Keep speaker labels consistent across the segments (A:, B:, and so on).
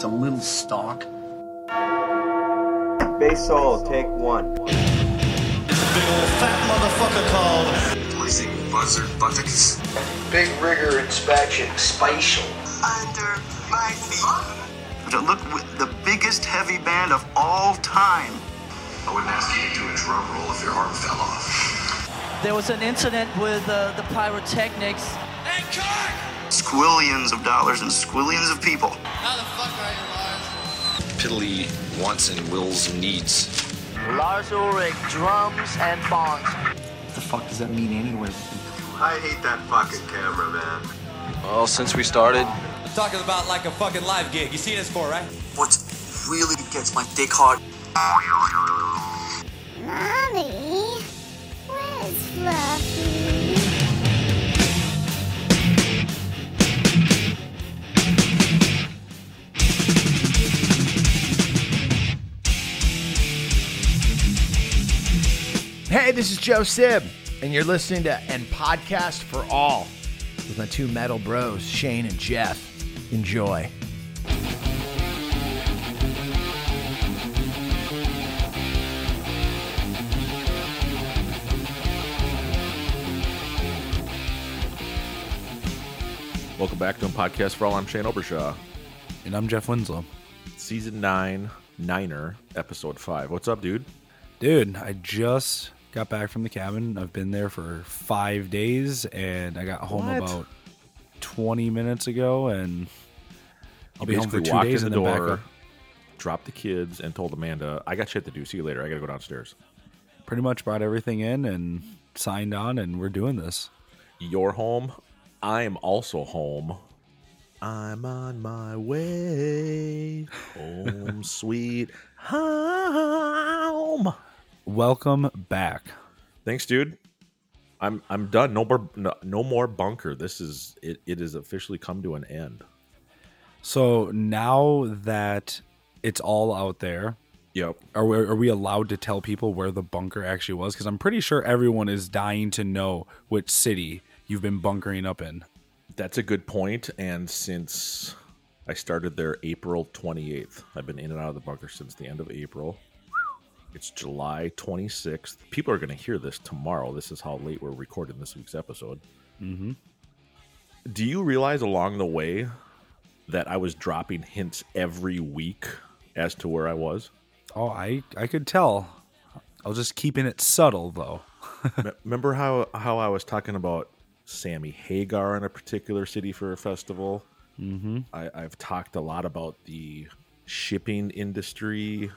A: It's a little stalk.
B: Base Soul, take one.
C: It's a big old fat motherfucker called.
D: Noisy buzzer buttons.
E: Big rigor inspection, spatial.
F: Under my feet.
G: To look with the biggest heavy band of all time.
D: I wouldn't ask you to do a drum roll if your arm fell off.
H: There was an incident with uh, the pyrotechnics.
I: And cut!
G: Squillions of dollars and squillions of people.
I: How the fuck are you, Lars?
D: Piddly wants and wills and needs.
J: Lars Ulrich, drums and bongs.
K: What the fuck does that mean anyway?
D: I hate that fucking camera, man.
L: Well, since we started.
C: I'm talking about like a fucking live gig. You see this for, right?
M: What really gets my dick hard.
N: Mommy, where's Fluffy?
O: Hey, this is Joe Sib, and you're listening to An Podcast for All with my two metal bros, Shane and Jeff. Enjoy.
P: Welcome back to a podcast for all. I'm Shane Obershaw.
Q: And I'm Jeff Winslow.
P: Season 9, Niner, Episode 5. What's up, dude?
Q: Dude, I just got back from the cabin. I've been there for five days, and I got home what? about twenty minutes ago, and
P: you
Q: I'll be home for two days.
P: In
Q: the
P: and then door, dropped the kids, and told Amanda, "I got shit to do. See you later. I got to go downstairs."
Q: Pretty much brought everything in and signed on, and we're doing this.
P: You're home. I am also home. I'm on my way home, sweet home
Q: welcome back.
P: Thanks, dude. I'm I'm done. No more no, no, more bunker. This is it. It has officially come to an end.
Q: So now that it's all out there,
P: yep.
Q: Are we, are we allowed to tell people where the bunker actually was? Because I'm pretty sure everyone is dying to know which city you've been bunkering up in.
P: That's a good point. And since I started there April 28th, I've been in and out of the bunker since the end of April. It's July 26th. People are going to hear this tomorrow. This is how late we're recording this week's episode.
Q: Mm-hmm.
P: Do you realize along the way that I was dropping hints every week as to where I was?
Q: Oh, I, I could tell. I was just keeping it subtle, though.
P: Remember how, how I was talking about Sammy Hagar in a particular city for a festival?
Q: Mm-hmm.
P: I, I've talked a lot about the shipping industry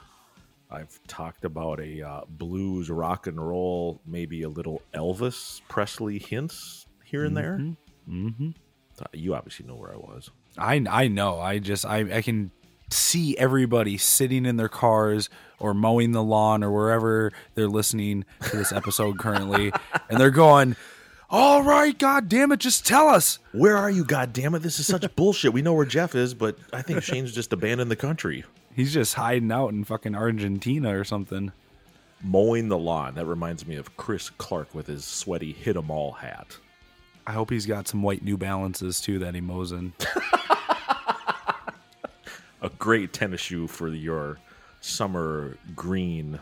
P: I've talked about a uh, blues, rock and roll, maybe a little Elvis Presley hints here and there.
Q: Mm-hmm. Mm-hmm.
P: Uh, you obviously know where I was.
Q: I I know. I just I I can see everybody sitting in their cars or mowing the lawn or wherever they're listening to this episode currently, and they're going. All right, God damn it, just tell us.
P: Where are you, God damn it? This is such bullshit. We know where Jeff is, but I think Shane's just abandoned the country.
Q: He's just hiding out in fucking Argentina or something.
P: Mowing the lawn. That reminds me of Chris Clark with his sweaty hit 'em all hat.
Q: I hope he's got some white New Balances too that he mows in.
P: A great tennis shoe for your summer green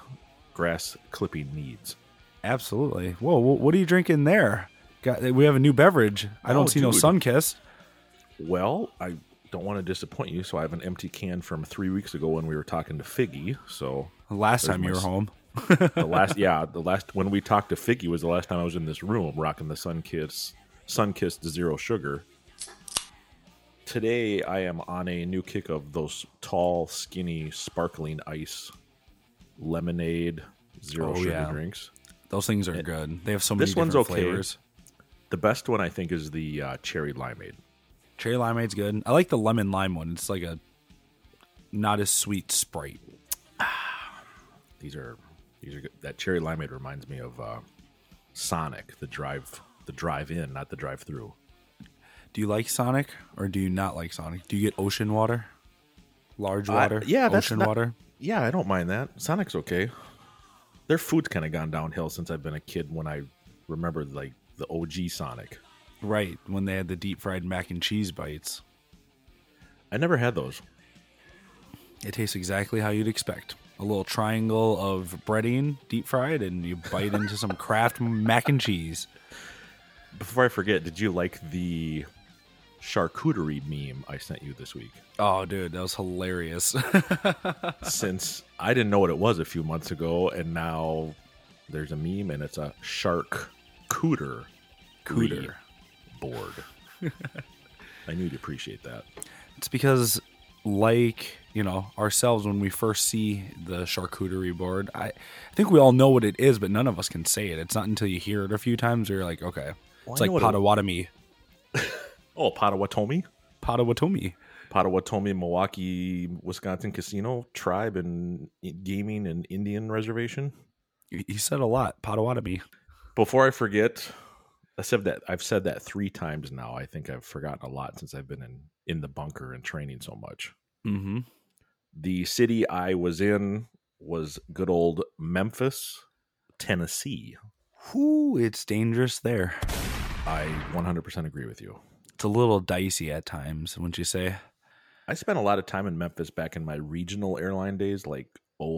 P: grass clipping needs.
Q: Absolutely. Whoa, what are you drinking there? Got, we have a new beverage. I don't oh, see dude. no Sunkist.
P: Well, I don't want to disappoint you, so I have an empty can from three weeks ago when we were talking to Figgy. So
Q: last time you were s- home.
P: the last, yeah, the last when we talked to Figgy was the last time I was in this room rocking the Sunkist Sunkist Zero Sugar. Today I am on a new kick of those tall, skinny, sparkling ice lemonade zero oh, sugar yeah. drinks.
Q: Those things are good. They have so many. This one's okay. Flavors.
P: The best one I think is the uh, cherry limeade.
Q: Cherry limeade's good. I like the lemon lime one. It's like a not as sweet Sprite.
P: Ah, these are these are good. That cherry limeade reminds me of uh, Sonic, the drive the drive in, not the drive through.
Q: Do you like Sonic or do you not like Sonic? Do you get ocean water, large water?
P: Uh, yeah,
Q: ocean
P: not,
Q: water.
P: Yeah, I don't mind that. Sonic's okay their food's kind of gone downhill since I've been a kid when I remember like the OG Sonic.
Q: Right, when they had the deep fried mac and cheese bites.
P: I never had those.
Q: It tastes exactly how you'd expect. A little triangle of breading, deep fried, and you bite into some Kraft mac and cheese.
P: Before I forget, did you like the charcuterie meme I sent you this week?
Q: Oh, dude, that was hilarious.
P: Since I didn't know what it was a few months ago, and now there's a meme and it's a shark cooter
Q: cooter
P: board. I knew you'd appreciate that.
Q: It's because, like you know, ourselves when we first see the charcuterie board, I, I think we all know what it is, but none of us can say it. It's not until you hear it a few times where you're like, okay, well, it's I like Potawatomi.
P: It... oh, Potawatomi.
Q: Potawatomi.
P: Potawatomi, Milwaukee, Wisconsin casino tribe and gaming and Indian reservation.
Q: You said a lot, Potawatomi.
P: Before I forget, I said that I've said that three times now. I think I've forgotten a lot since I've been in in the bunker and training so much.
Q: Mm-hmm.
P: The city I was in was good old Memphis, Tennessee.
Q: Whoo, it's dangerous there.
P: I 100% agree with you.
Q: It's a little dicey at times, wouldn't you say?
P: I spent a lot of time in Memphis back in my regional airline days, like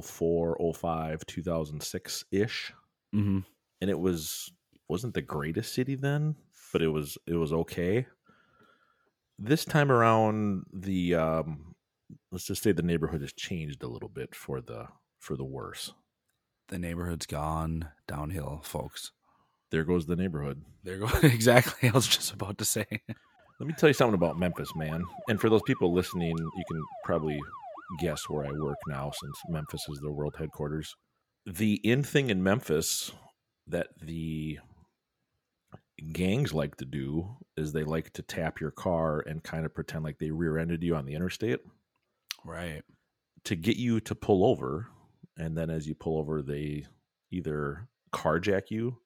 P: 04, 05, 2006 ish.
Q: Mm-hmm.
P: And it was wasn't the greatest city then, but it was it was okay. This time around, the um, let's just say the neighborhood has changed a little bit for the for the worse.
Q: The neighborhood's gone downhill, folks.
P: There goes the neighborhood.
Q: There goes exactly. I was just about to say.
P: Let me tell you something about Memphis, man. And for those people listening, you can probably guess where I work now since Memphis is the world headquarters. The in thing in Memphis that the gangs like to do is they like to tap your car and kind of pretend like they rear ended you on the interstate.
Q: Right.
P: To get you to pull over. And then as you pull over, they either carjack you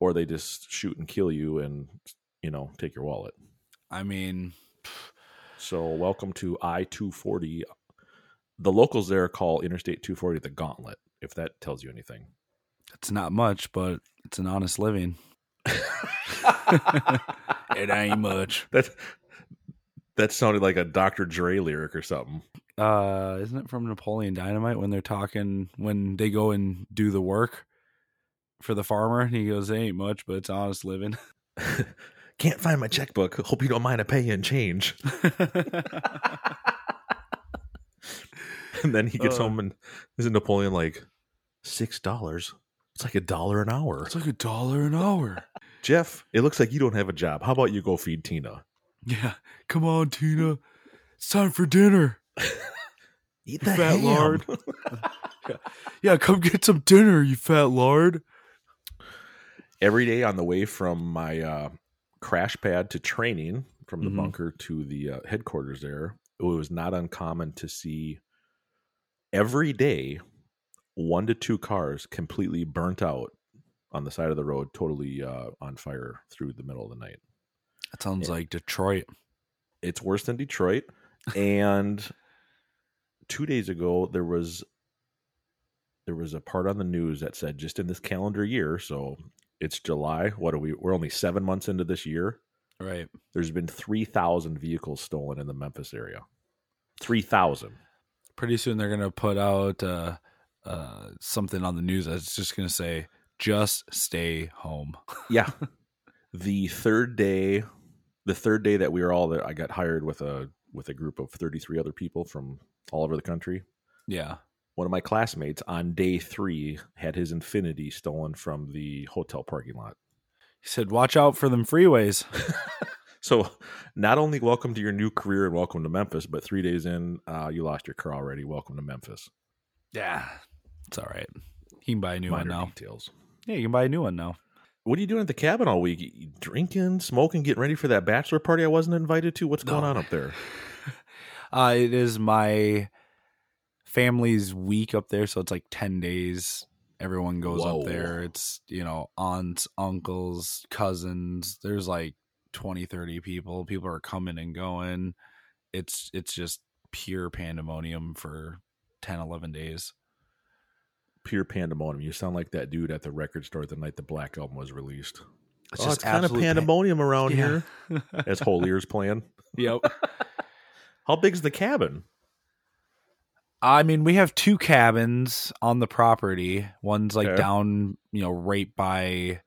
P: or they just shoot and kill you and, you know, take your wallet.
Q: I mean,
P: so welcome to I 240. The locals there call Interstate 240 the gauntlet, if that tells you anything.
Q: It's not much, but it's an honest living. it ain't much.
P: That that sounded like a Dr. Dre lyric or something.
Q: Uh, isn't it from Napoleon Dynamite when they're talking when they go and do the work for the farmer and he goes, it "Ain't much, but it's honest living."
P: Can't find my checkbook. Hope you don't mind a pay and change. and then he gets uh, home and isn't Napoleon like six dollars? It's like a dollar an hour.
Q: It's like a dollar an hour.
P: Jeff, it looks like you don't have a job. How about you go feed Tina?
Q: Yeah. Come on, Tina. It's time for dinner.
P: Eat that fat ham. lard.
Q: yeah. yeah, come get some dinner, you fat lard.
P: Every day on the way from my uh, crash pad to training, from the mm-hmm. bunker to the uh, headquarters there, it was not uncommon to see every day one to two cars completely burnt out on the side of the road, totally uh, on fire through the middle of the night.
Q: That sounds and like Detroit.
P: It's worse than Detroit. and two days ago, there was there was a part on the news that said just in this calendar year, so it's July. What are we? We're only seven months into this year.
Q: Right.
P: There's been three thousand vehicles stolen in the Memphis area. Three thousand.
Q: Pretty soon they're gonna put out. Uh... Uh, something on the news that's just going to say, just stay home.
P: yeah. The third day, the third day that we were all there, I got hired with a with a group of 33 other people from all over the country.
Q: Yeah.
P: One of my classmates on day three had his Infinity stolen from the hotel parking lot.
Q: He said, "Watch out for them freeways."
P: so, not only welcome to your new career and welcome to Memphis, but three days in, uh, you lost your car already. Welcome to Memphis.
Q: Yeah, it's all right. He can buy a new
P: Minor
Q: one now.
P: Details.
Q: Yeah, you can buy a new one now.
P: What are you doing at the cabin all week? You drinking, smoking, getting ready for that bachelor party I wasn't invited to? What's no. going on up there?
Q: uh, it is my family's week up there, so it's like 10 days. Everyone goes Whoa. up there. It's, you know, aunts, uncles, cousins. There's like 20, 30 people. People are coming and going. It's it's just pure pandemonium for 10 11 days
P: pure pandemonium you sound like that dude at the record store the night the black album was released
Q: it's oh, just it's kind of
P: pandemonium pan- around yeah. here as whole ears playing
Q: yep
P: how big's the cabin
Q: I mean, we have two cabins on the property. One's like okay. down, you know, right by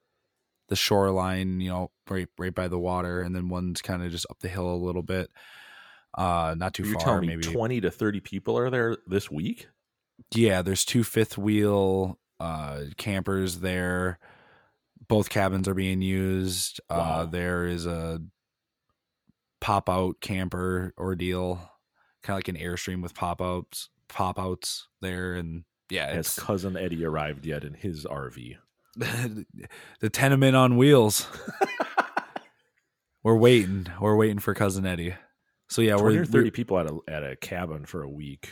Q: the shoreline, you know, right right by the water, and then one's kind of just up the hill a little bit. Uh not too
P: You're
Q: far.
P: Telling me
Q: maybe
P: twenty to thirty people are there this week.
Q: Yeah, there's two fifth wheel uh campers there. Both cabins are being used.
P: Wow.
Q: Uh there is a pop out camper ordeal. Kind of like an airstream with pop outs pop outs there and yeah,
P: Has
Q: it's
P: cousin Eddie arrived yet in his RV?
Q: the tenement on wheels. we're waiting. We're waiting for cousin Eddie. So yeah,
P: twenty
Q: we're
P: or 30
Q: we're-
P: people at a at a cabin for a week.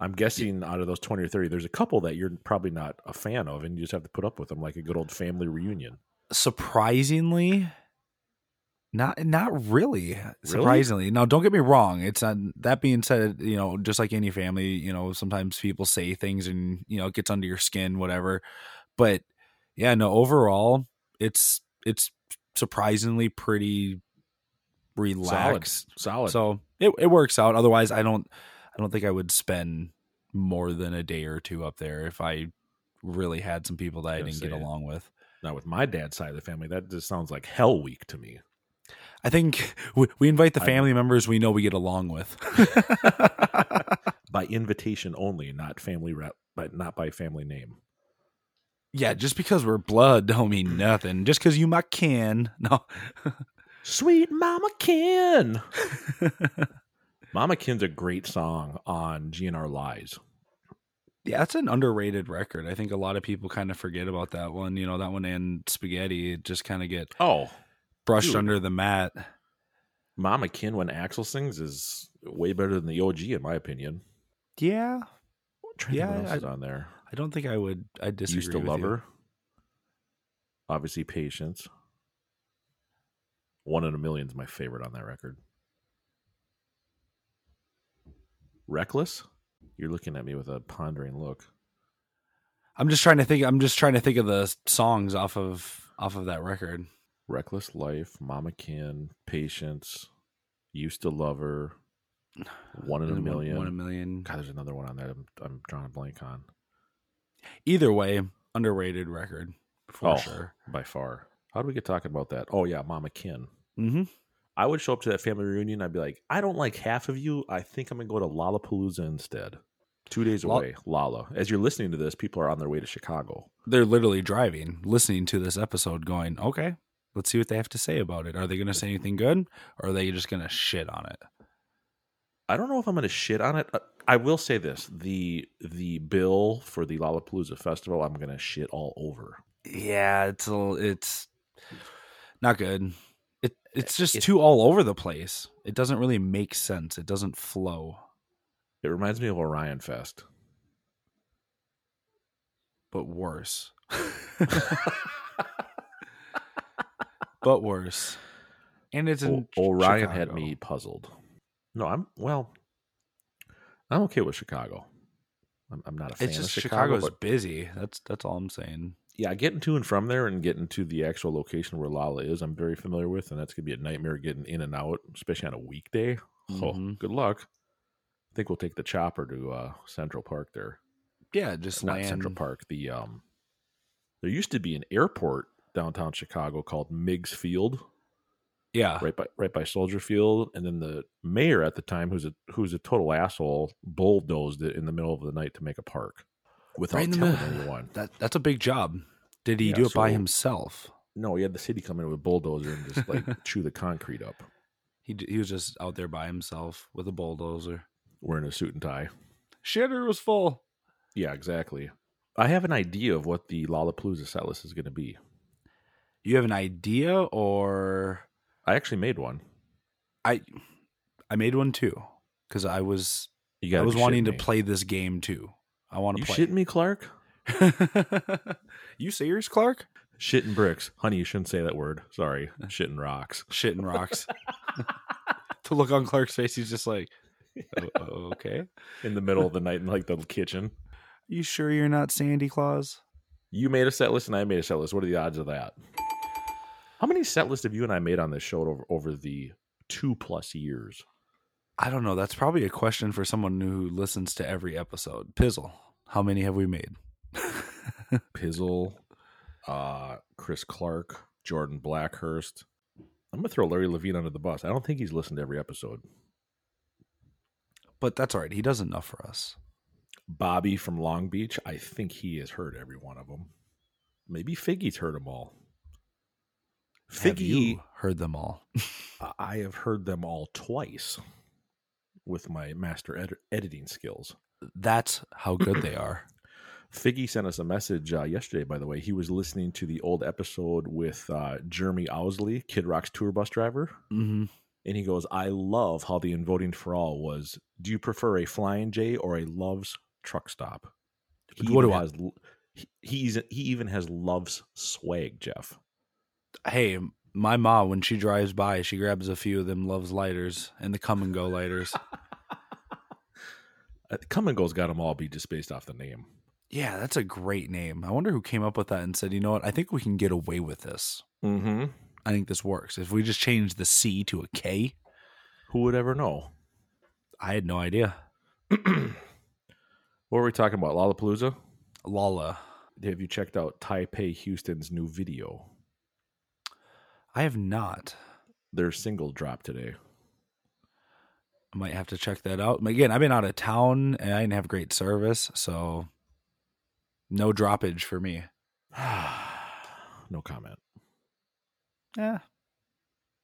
P: I'm guessing out of those twenty or thirty, there's a couple that you're probably not a fan of, and you just have to put up with them like a good old family reunion.
Q: surprisingly not not really, surprisingly now don't get me wrong it's on that being said you know just like any family you know sometimes people say things and you know it gets under your skin whatever but yeah no overall it's it's surprisingly pretty relaxed
P: Solid.
Q: so it, it works out otherwise i don't i don't think i would spend more than a day or two up there if i really had some people that i
P: Gonna
Q: didn't
P: say
Q: get
P: it.
Q: along with
P: Now with my dad's side of the family, that just sounds like hell week to me.
Q: I think we, we invite the
P: I-
Q: family members we know we get along with.
P: by invitation only, not family rep, but not by family name.
Q: yeah, just because we're blood don't mean nothing. Just because you my kin, no.
P: Sweet Mama Kin. Mama Kin's a great song on GNR Lies.
Q: Yeah, that's an underrated record. I think a lot of people kind of forget about that one. You know, that one and Spaghetti just kind of get
P: Oh,
Q: brushed
P: dude.
Q: under the mat.
P: Mama Kin when Axel sings is way better than the OG in my opinion.
Q: Yeah,
P: I'm trying to think what
Q: Yeah,
P: else is on there.
Q: I don't think I would. I disagree.
P: Used to
Q: with
P: love
Q: you.
P: her. Obviously, Patience. One in a Million is my favorite on that record. Reckless? You're looking at me with a pondering look.
Q: I'm just trying to think. I'm just trying to think of the songs off of off of that record.
P: Reckless Life, Mama Kin, Patience, Used to Love Her, One in a
Q: One-
P: Million.
Q: one in a million.
P: God, there's another one on there I'm, I'm drawing a blank on.
Q: Either way, underrated record for
P: oh,
Q: sure.
P: By far. How do we get talking about that? Oh, yeah, Mama Kin.
Q: Mm-hmm.
P: I would show up to that family reunion. I'd be like, I don't like half of you. I think I'm going to go to Lollapalooza instead. Two days
Q: Lol-
P: away, Lala. As you're listening to this, people are on their way to Chicago.
Q: they're literally driving, listening to this episode, going, okay, let's see what they have to say about it. Are they going to say anything good? Or are they just going to shit on it?
P: I don't know if I'm going to shit on it. Uh, I will say this: the the bill for the Lollapalooza festival, I'm going to shit all over.
Q: Yeah, it's a, little- it's not good. Eh, It it's just
P: It-
Q: too all over the place. It doesn't really make sense. It doesn't flow.
P: It reminds me of Orion Fest.
Q: But worse. but worse. And it's in
P: O- Orion had
Q: Chicago.
P: me puzzled. No, I'm well. I'm okay with Chicago. I'm, I'm not a fan
Q: It's
P: of
Q: just
P: Chicago,
Q: Chicago's
P: but
Q: busy. That's that's all I'm saying.
P: yeah, getting to and from there and getting to the actual location where Lala is, I'm very familiar with, and that's gonna be a nightmare getting in and out, especially on a weekday. Oh,
Q: Mhm.
P: good luck. I think we'll take the chopper to uh, Central Park there.
Q: Yeah, just
P: Not
Q: land.
P: Central Park. The um, there used to be an airport downtown Chicago called Miggs Field,
Q: Yeah.
P: right by right by Soldier Field, and then the mayor at the time, who's a who's a total asshole, bulldozed it in the middle of the night to make a park without
Q: Right in the
P: telling
Q: middle.
P: anyone.
Q: That that's a big job. Did he
P: Yeah,
Q: do it by
P: so-
Q: himself?
P: No, he had the city come in with a bulldozer and just like chew the concrete up,
Q: He d- he was just out there by himself with a bulldozer.
P: wearing a suit and tie.
Q: Shitter was full.
P: Yeah, exactly. I have an idea of what the Lollapalooza set list is going to be.
Q: You have an idea, or
P: I actually made one.
Q: I I made one too because I was
P: You
Q: I
P: gotta
Q: was
P: be
Q: wanting
P: shitting
Q: to
P: me.
Q: play this game too. I want
P: You
Q: to play.
P: shitting me, Clark?
Q: you serious, Clark?
P: Shitting bricks, honey. You shouldn't say that word. Sorry, shitting rocks.
Q: Shitting rocks. the look on Clark's face, he's just like, "O- okay.
P: In the middle of the night in like the kitchen.
Q: You sure you're not Sandy Claus?
P: You made a set list and I made a set list. What are the odds of that? How many set lists have you and I made on this show over, over the two plus years?
Q: I don't know. That's probably a question for someone who listens to every episode. Pizzle, how many have we made?
P: Pizzle, uh, Chris Clark, Jordan Blackhurst. I'm gonna throw Larry Levine under the bus. I don't think he's listened to every episode.
Q: But that's all right. He does enough for us.
P: Bobby from Long Beach. I think he has heard every one of them. Maybe Figgy's heard them all.
Q: Figgy have you heard them all.
P: I have heard them all twice with my master ed- editing skills.
Q: That's how good they are.
P: Figgy sent us a message uh, yesterday, by the way. He was listening to the old episode with uh, Jeremy Owsley, Kid Rock's tour bus driver.
Q: Mm-hmm.
P: And he goes, I love how the in voting for all was do you prefer a flying J or a Love's truck stop? He
Q: what
P: even
Q: do I?
P: has, he, he's, he even has Love's swag, Jeff.
Q: Hey, my ma, when she drives by, she grabs a few of them Love's lighters and the come and go lighters.
P: Uh, Come and go's got them all be just based off the name.
Q: Yeah, that's a great name. I wonder who came up with that and said, you know what? I think we can get away with this.
P: Mm-hmm.
Q: I think this works. If we just change the C to a K,
P: Who would ever know?
Q: I had no idea.
P: What were we talking about? Lollapalooza?
Q: Lala.
P: Have you checked out Taipei Houston's new video?
Q: I have not.
P: Their single dropped today.
Q: I might have to check that out. Again, I've been out of town and I didn't have great service, so no droppage for me.
P: no comment.
Q: Yeah. Eh.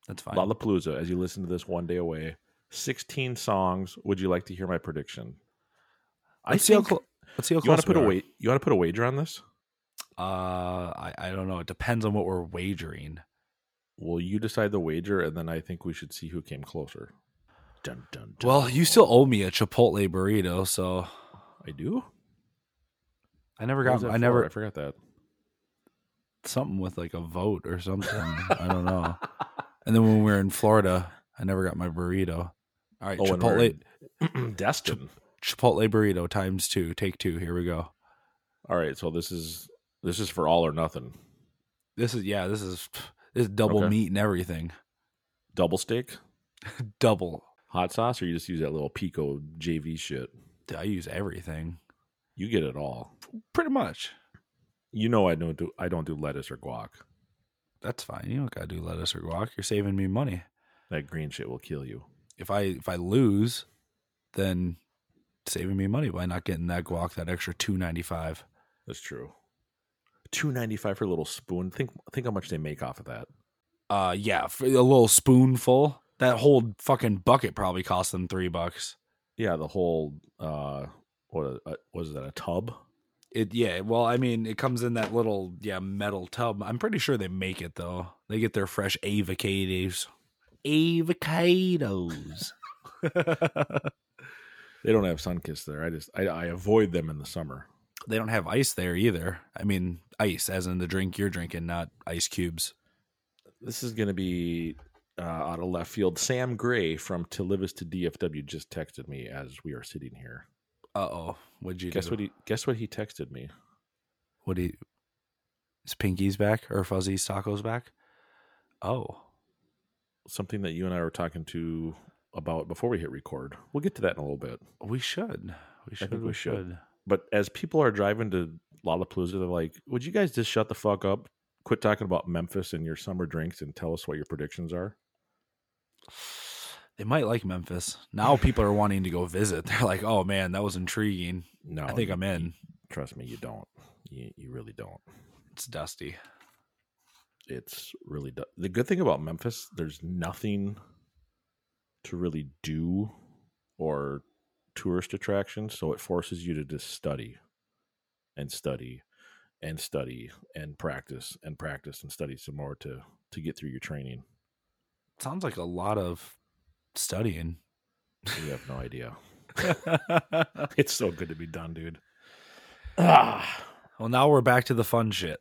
Q: That's fine.
P: Lollapalooza, as you listen to this one day away, 16 songs. Would you like to hear my prediction?
Q: Let's see how clo- let's see how
P: you want to
Q: close
P: put
Q: we
P: a
Q: are.
P: wait, you want to put a wager on this?
Q: Uh, I, I don't know. It depends on what we're wagering.
P: Well, you decide the wager, and then I think we should see who came closer. Dun, dun, dun.
Q: Well, you still owe me a Chipotle burrito, so
P: I do.
Q: I never
P: What was
Q: got.
P: that
Q: I
P: for?
Q: never
P: I forgot that.
Q: something with like a vote or something. I don't know. And then when we were in Florida, I never got my burrito. All right,
P: Oh, and we're
Q: Chipotle
P: in Destin.
Q: Chipotle burrito times two. Take two. Here we go.
P: All right, so this is this is for all or nothing.
Q: This is yeah. This is this is double
P: Okay.
Q: meat and everything.
P: Double steak,
Q: Double.
P: hot sauce, or you just use that little pico JV shit.
Q: Dude, I use everything
P: You get it all.
Q: pretty much.
P: You know I don't do I don't do lettuce or guac.
Q: That's fine. You don't gotta do lettuce or guac. You're saving me money.
P: That green shit will kill you.
Q: if I if I lose, then saving me money by not getting that guac that extra two ninety five.
P: That's true. Two ninety five for a little spoon. Think think how much they make off of that.
Q: Uh yeah, for a little spoonful. That whole fucking bucket probably cost them three bucks.
P: Yeah, the whole uh what uh, was that a tub?
Q: It yeah, well I mean it comes in that little yeah metal tub. I'm pretty sure they make it though. They get their fresh avocados. Avocados.
P: They don't have Sunkist there. I just I, I avoid them in the summer.
Q: they don't have ice there either. I mean ice as in the drink you're drinking, not ice cubes.
P: This is going to be uh, out of left field. Sam Gray from To Live Is to DFW just texted me as we are sitting here.
Q: Uh oh. What'd you
P: Guess
Q: do?
P: what he guess what he texted me.
Q: What do you? Is Pinky's back or Fuzzy's tacos back? Oh,
P: Something that you and I were talking to about before we hit record. We'll get to that in a little bit.
Q: we should. We should.
P: think
Q: we
P: we should.
Q: should.
P: But as people are driving to Lollapalooza, they're like, "Would you guys just shut the fuck up? Quit talking about Memphis and your summer drinks, and tell us what your predictions are."
Q: They might like Memphis. Now people are wanting to go visit. They're like, oh man, that was intriguing.
P: No,
Q: I think I'm in.
P: Trust me, you don't. You, you really don't.
Q: It's dusty.
P: It's really du- the good thing about Memphis. There's nothing to really do or tourist attractions, so it forces you to just study and study and study and practice and practice and study some more to to get through your training.
Q: sounds like a lot of studying.
P: You have no idea. it's so good to be done, dude. Ah.
Q: Well, now we're back to the fun shit.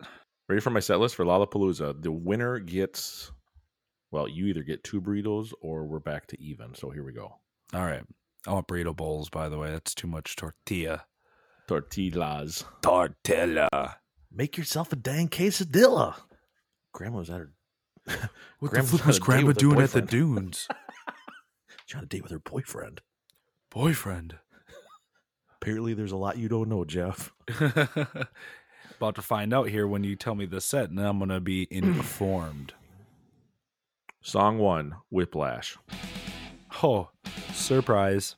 P: Ready for my set list for Lollapalooza? The winner gets, well, you either get two burritos or we're back to even. So here we go.
Q: All right. I want burrito bowls, by the way. That's too much tortilla.
P: Tortillas.
Q: Tortilla.
P: Make yourself a dang quesadilla. Grandma's at her.
Q: What
P: Grandma's
Q: the
P: on
Q: fuck
P: a
Q: was
P: date
Q: Grandma
P: with her
Q: doing at the
P: boyfriend.
Q: dunes?
P: She's on a date with her boyfriend.
Q: Boyfriend.
P: Apparently, there's a lot you don't know, Jeff.
Q: About to find out here when you tell me the set, and I'm gonna be informed.
P: Song one, Whiplash.
Q: Oh, surprise.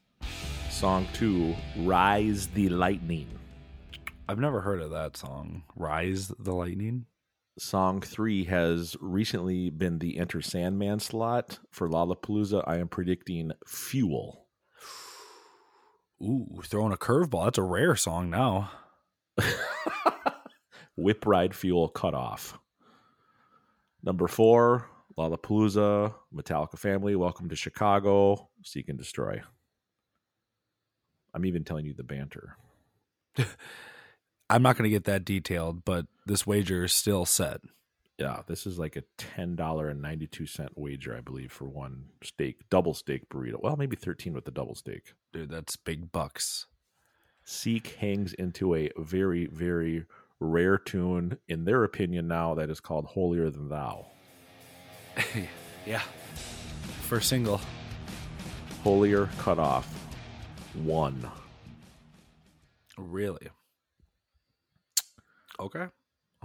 P: Song two, Rise the Lightning.
Q: I've never heard of that song. Rise the Lightning?
P: Song three has recently been the Enter Sandman slot for Lollapalooza. I am predicting Fuel.
Q: Ooh, throwing a curveball. That's a rare song now.
P: Whip Ride Fuel Cutoff. Number four, Lollapalooza, Metallica Family, Welcome to Chicago, Seek and Destroy. I'm even telling you the banter.
Q: I'm not going to get that detailed, but this wager is still set.
P: Yeah, this is like a ten dollar and ninety two cent wager, I believe, for one steak, double steak burrito. Well, maybe thirteen with the double steak.
Q: Dude, that's big bucks.
P: Seek hangs into a very, very rare tune, in their opinion now, that is called Holier Than Thou.
Q: yeah. First single.
P: Holier cut off one.
Q: Really? Okay.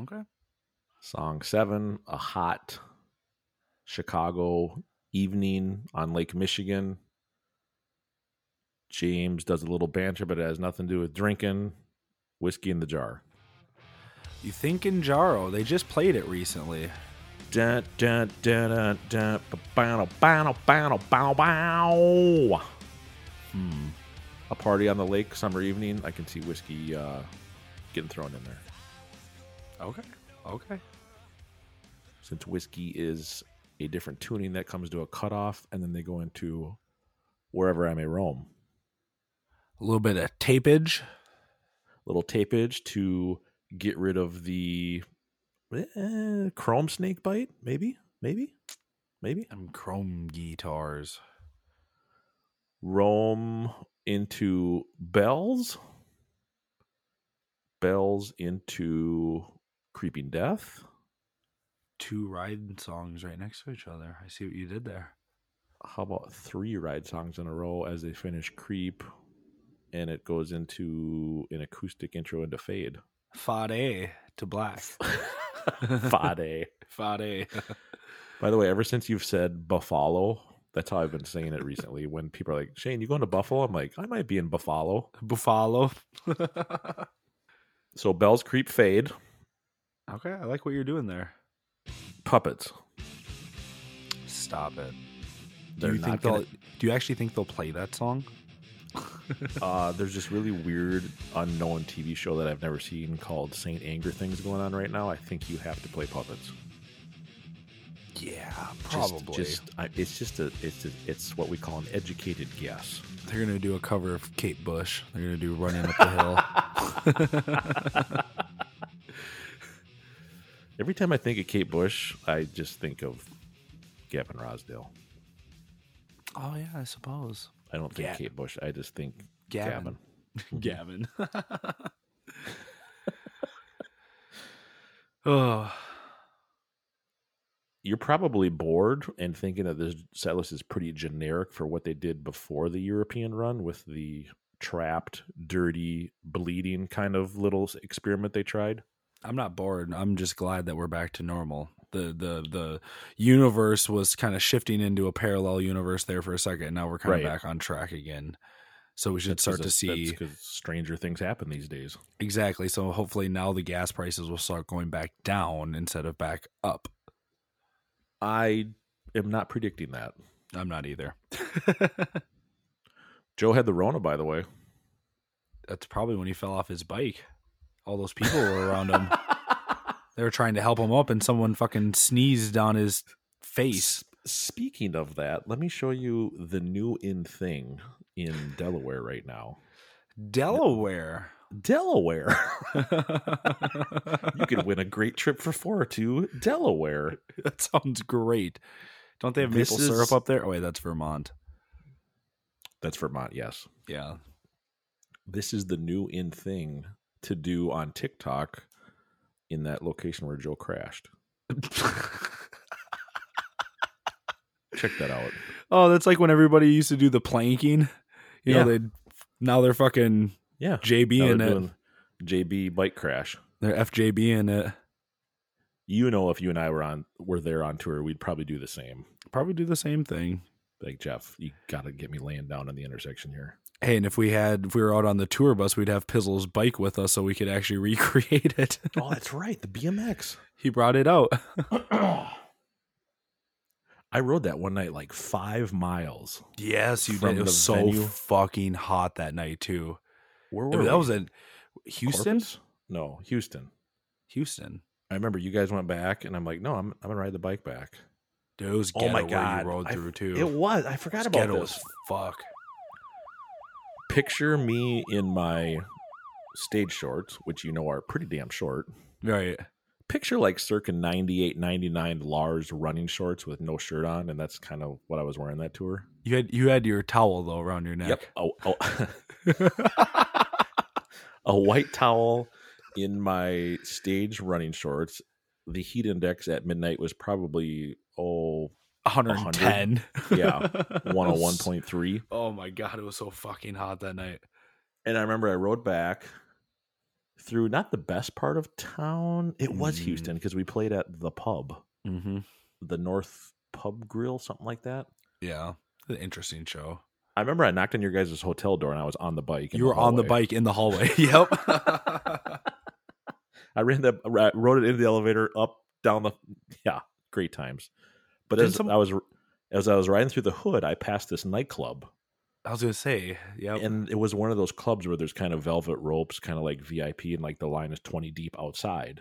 Q: Okay.
P: Song seven, a hot Chicago evening on Lake Michigan. James does a little banter, but it has nothing to do with drinking. Whiskey in the jar.
Q: You think in Jaro? They just played it recently.
P: Dun, dun, dun, dun, dun, bow, bow, bow, bow, bow. Hmm. A party on the lake, summer evening. I can see whiskey uh, getting thrown in there.
Q: Okay. Okay.
P: Since whiskey is a different tuning that comes to a cutoff, and then they go into wherever I may roam.
Q: A little bit of tapage.
P: A little tapage to get rid of the Eh, chrome snake bite maybe maybe maybe
Q: i'm chrome guitars
P: roam into bells bells into creeping death
Q: two ride songs right next to each other i see what you did there
P: how about three ride songs in a row as they finish creep and it goes into an acoustic intro into fade
Q: fade to black
P: Fade.
Q: Fade.
P: By the way, ever since you've said Buffalo, that's how I've been saying it recently. When people are like, Shane, you going to Buffalo? I'm like, I might be in Buffalo.
Q: Buffalo.
P: so Bell's Creep Fade.
Q: Okay, I like what you're doing there.
P: Puppets.
Q: Stop it. They're do you think gonna... they'll do you actually think they'll play that song?
P: uh, there's this really weird unknown TV show that I've never seen called Saint Anger things going on right now. I think you have to play puppets.
Q: Yeah, probably.
P: Just, just I, it's just a it's a, it's what we call an educated guess.
Q: They're gonna do a cover of Kate Bush. They're gonna do Running Up the Hill.
P: Every time I think of Kate Bush, I just think of Gavin Rosdale.
Q: Oh yeah, I suppose.
P: I don't think Gavin. Kate Bush. I just think Gavin.
Q: Gavin. oh.
P: You're probably bored and thinking that this set list is pretty generic for what they did before the European run with the trapped, dirty, bleeding kind of little experiment they tried.
Q: I'm not bored. I'm just glad that we're back to normal the the the universe was kind of shifting into a parallel universe there for a second. Now we're kind right. of back on track again. So we should that's start to see
P: stranger things happen these days.
Q: Exactly. So hopefully now the gas prices will start going back down instead of back up.
P: I am not predicting that.
Q: I'm not either.
P: Joe had the Rona, by the way.
Q: That's probably when he fell off his bike. All those people were around him. they were trying to help him up and someone fucking sneezed on his face.
P: Speaking of that, let me show you the new in thing in Delaware right now.
Q: Delaware.
P: Delaware. you could win a great trip for four to Delaware.
Q: That sounds great. Don't they have this maple is... syrup up there? Oh wait, that's Vermont.
P: That's Vermont, yes.
Q: Yeah.
P: This is the new in thing to do on TikTok in that location where Joe crashed. check that out.
Q: Oh, that's like when everybody used to do the planking. You know,
P: Yeah.
Q: they now they're fucking
P: Yeah,
Q: JB
P: now
Q: in
P: they're
Q: it.
P: doing JB bike crash.
Q: They're FJB in it.
P: You know, if you and I were on were there on tour, we'd probably do the same.
Q: Probably do the same thing.
P: Like Jeff, you got to get me laying down on the intersection here.
Q: Hey, and if we had if we were out on the tour bus, we'd have Pizzle's bike with us so we could actually recreate it.
P: Oh, that's right, the BMX.
Q: he brought it out.
P: I rode that one night like five miles.
Q: Yes, you
P: From
Q: did. It was
P: the
Q: so
P: venue.
Q: fucking hot that night too.
P: Where
Q: I mean,
P: were
Q: that
P: we?
Q: was in Houston.
P: Corpus? No, Houston.
Q: Houston.
P: I remember you guys went back, and I'm like, no, I'm I'm gonna ride the bike back.
Q: Dude, it was
P: Oh
Q: ghetto
P: my
Q: where
P: God.
Q: you rode
P: I-
Q: through too.
P: It was. I forgot
Q: It's
P: about
Q: ghetto
P: this.
Q: as fuck.
P: Picture me in my stage shorts, which you know are pretty damn short.
Q: Right.
P: Picture like circa 98, 99 Lars running shorts with no shirt on, and that's kind of what I was wearing that tour.
Q: You had you had your towel though around your neck.
P: Yep. Oh, oh. a white towel in my stage running shorts. The heat index at midnight was probably oh
Q: 110.
P: yeah, one hundred one point three.
Q: Oh my god, it was so fucking hot that night.
P: And I remember I rode back through not the best part of town. It was
Q: Mm.
P: Houston because we played at the pub,
Q: Mm-hmm.
P: the North Pub Grill, something like that.
Q: Yeah. An interesting show.
P: I remember I knocked on your guys' hotel door and I was on the bike. in
Q: You were on the
P: hallway.
Q: bike in the hallway. yep.
P: I ran the I rode it into the elevator up down the yeah great times. But
Q: Didn't
P: as
Q: some-
P: I was as I was riding through the hood, I passed this nightclub,
Q: I was gonna say, yep.
P: and it was one of those clubs where there's kind of velvet ropes, kind of like VIP, and like the line is twenty deep outside.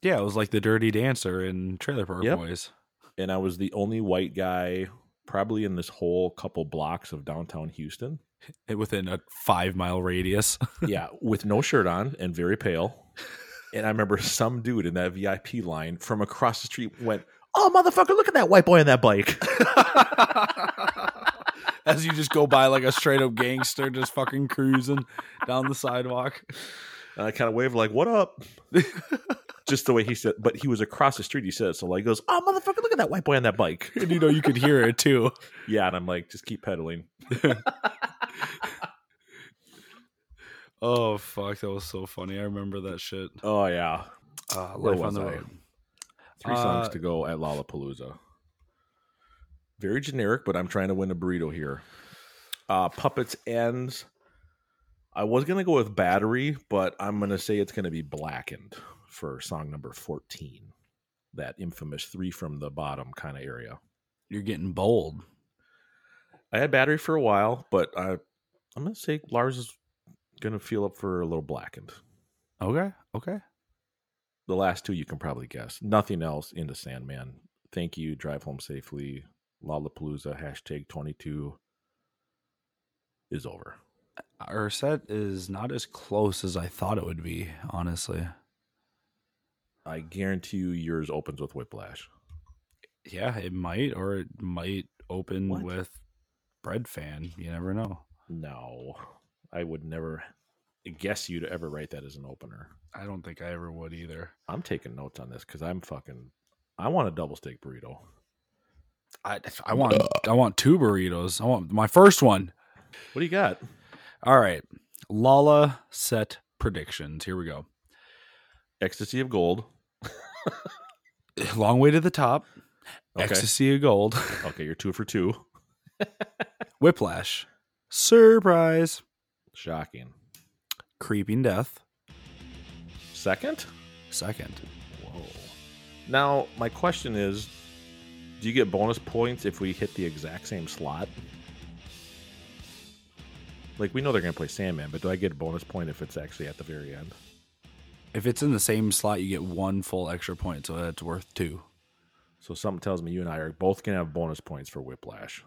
Q: yeah, it was like the dirty dancer in Trailer Park
P: Yep.
Q: Boys.
P: And I was the only white guy, probably in this whole couple blocks of downtown Houston.
Q: It- Within a five mile radius.
P: yeah, with no shirt on and very pale. And I remember some dude in that VIP line from across the street went, "Oh motherfucker, look at that white boy on that bike."
Q: As you just go by like a straight up gangster just fucking cruising down the sidewalk.
P: And I kind of waved like, "What up?" Just the way he said, but he was across the street. He said, it, "So like, he goes, oh motherfucker, look at that white boy on that bike."
Q: And you know you could hear it too.
P: yeah, and I'm like, just keep pedaling.
Q: Oh fuck, that was so funny. I remember that shit.
P: Oh yeah,
Q: Uh,
P: Where
Q: life on
P: was
Q: the
P: I?
Q: road.
P: three songs
Q: Uh,
P: to go at Lollapalooza. Very generic, but I'm trying to win a burrito here. Uh, Puppets ends. I was gonna go with Battery, but I'm gonna say it's gonna be Blackened for song number 14. That infamous three from the bottom kind of area.
Q: You're getting bold.
P: I had battery for a while, but I, I'm gonna say Lars is gonna feel up for a little blackened.
Q: Okay. Okay.
P: The last two you can probably guess. Nothing else into Sandman. Thank you. Drive home safely. Lollapalooza hashtag 22 is over.
Q: Our set is not as close as I thought it would be, honestly.
P: I guarantee you yours opens with Whiplash.
Q: Yeah, it might, or it might open
P: What?
Q: with Bread Fan. You never know.
P: No, I would never guess you to ever write that as an opener.
Q: I don't think I ever would either.
P: I'm taking notes on this because I'm fucking. I want a double steak burrito.
Q: I I want I want two burritos. I want my first one.
P: What do you got?
Q: All right, Lala set predictions. Here we go.
P: Ecstasy of Gold.
Q: Long way to the top.
P: Okay.
Q: Ecstasy of Gold.
P: Okay, you're two for two.
Q: Whiplash. Surprise.
P: Shocking.
Q: Creeping Death.
P: Second?
Q: Second.
P: Whoa. Now, my question is do you get bonus points if we hit the exact same slot? Like, we know they're going to play Sandman, but do I get a bonus point if it's actually at the very end?
Q: If it's in the same slot, you get one full extra point, so that's worth two.
P: So, something tells me you and I are both going to have bonus points for Whiplash.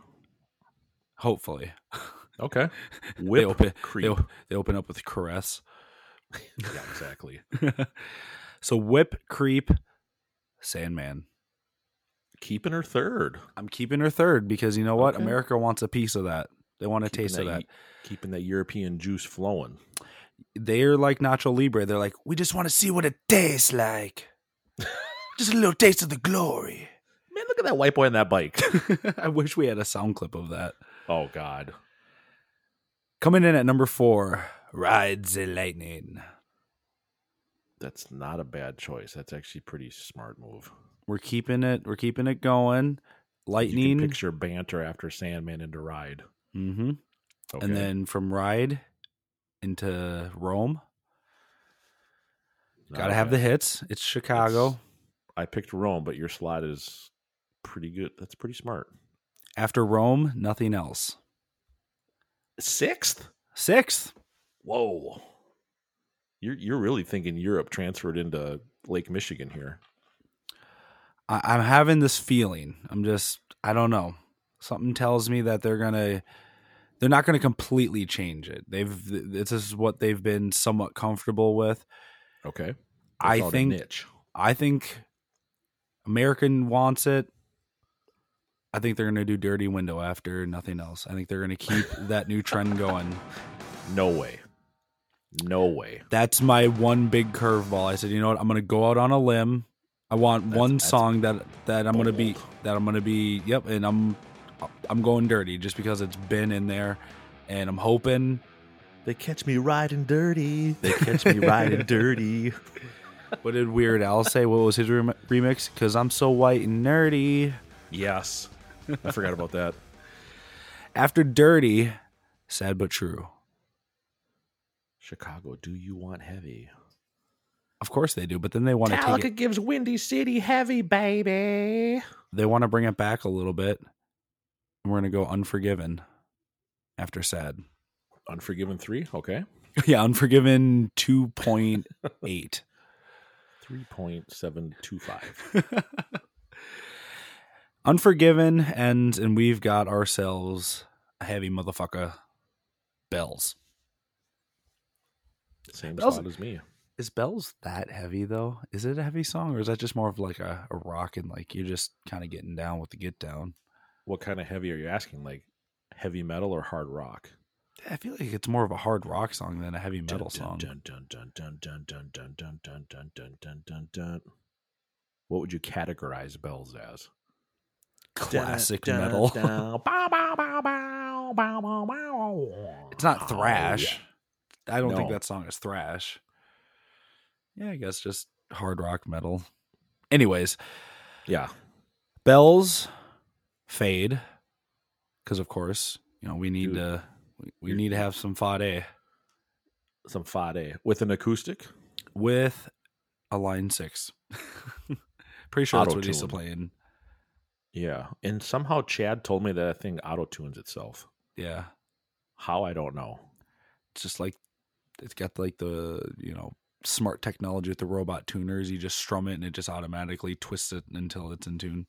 Q: Hopefully,
P: Okay.
Q: they
P: Whip
Q: open
P: creep.
Q: They, o- they open up with caress.
P: yeah, exactly.
Q: So whip creep, Sandman.
P: Keeping her third.
Q: I'm keeping her third because you know what?
P: Okay.
Q: America wants a piece of that. They want a
P: Keeping
Q: taste of that.
P: ye- Keeping that European juice flowing.
Q: They're like Nacho Libre. They're like, we just want to see what it tastes like. just a little taste of the glory.
P: Man, look at that white boy on that bike.
Q: I wish we had a sound clip of that.
P: Oh God.
Q: Coming in at number four, Ride the Lightning.
P: That's not a bad choice. That's actually pretty smart move.
Q: We're keeping it. We're keeping it going. Lightning.
P: picture banter after Sandman into Ride.
Q: Mm-hmm. Okay. And then from Ride into Rome. Not Gotta have bad. the hits. It's Chicago. It's,
P: I picked Rome, but your slot is pretty good. That's pretty smart.
Q: After Rome, nothing else.
P: Sixth?
Q: Sixth.
P: Whoa. You're you're really thinking Europe transferred into Lake Michigan here.
Q: I, am having this feeling. I'm just I don't know. Something tells me that they're gonna they're not gonna completely change it. They've this is what they've been somewhat comfortable with.
P: Okay. That's
Q: I think niche. I think American wants it. I think they're going to do dirty window after nothing else. I think they're going to keep that new trend going.
P: No way. No way.
Q: That's my one big curveball. I said, you know what? I'm going to go out on a limb. I want that's, one that's song that that I'm going to be that I'm going to be yep, and I'm I'm going dirty just because it's been in there and I'm hoping
P: they catch me riding dirty. They catch me riding dirty.
Q: What did Weird Al say? What was his rem- remix? Because I'm so white and nerdy.
P: Yes. I forgot about that.
Q: After Dirty, sad but true.
P: Chicago, do you want heavy?
Q: Of course they do, but then they want to take it.
P: gives Windy City heavy, baby.
Q: They want to bring it back a little bit. We're going to go Unforgiven after Sad.
P: Unforgiven 3, okay.
Q: yeah, Unforgiven 2.8.
P: 3.725.
Q: Unforgiven ends, and we've got ourselves a heavy motherfucker. Bells.
P: Same Bells. spot as me.
Q: Is Bells that heavy though? Is it a heavy song, or is that just more of like a, a rock and like you're just kind of getting down with the get down?
P: What kind of heavy are you asking? Like heavy metal or hard rock?
Q: I feel like it's more of a hard rock song than a heavy metal song.
P: What would you categorize Bells as?
Q: classic dun, metal. Dun, dun. it's not thrash. Oh, yeah. I don't no. think that song is thrash. Yeah, I guess just hard rock metal. Anyways,
P: yeah.
Q: Bells fade because of course, you know, we need Dude, to we, we need to have some fade.
P: Some fade with an acoustic?
Q: With a line 6. Pretty sure Auto-tune. that's what he's playing.
P: Yeah. And somehow Chad told me that that thing auto tunes itself.
Q: Yeah.
P: How I don't know.
Q: It's just like it's got like the, you know, smart technology with the robot tuners. You just strum it and it just automatically twists it until it's in tune.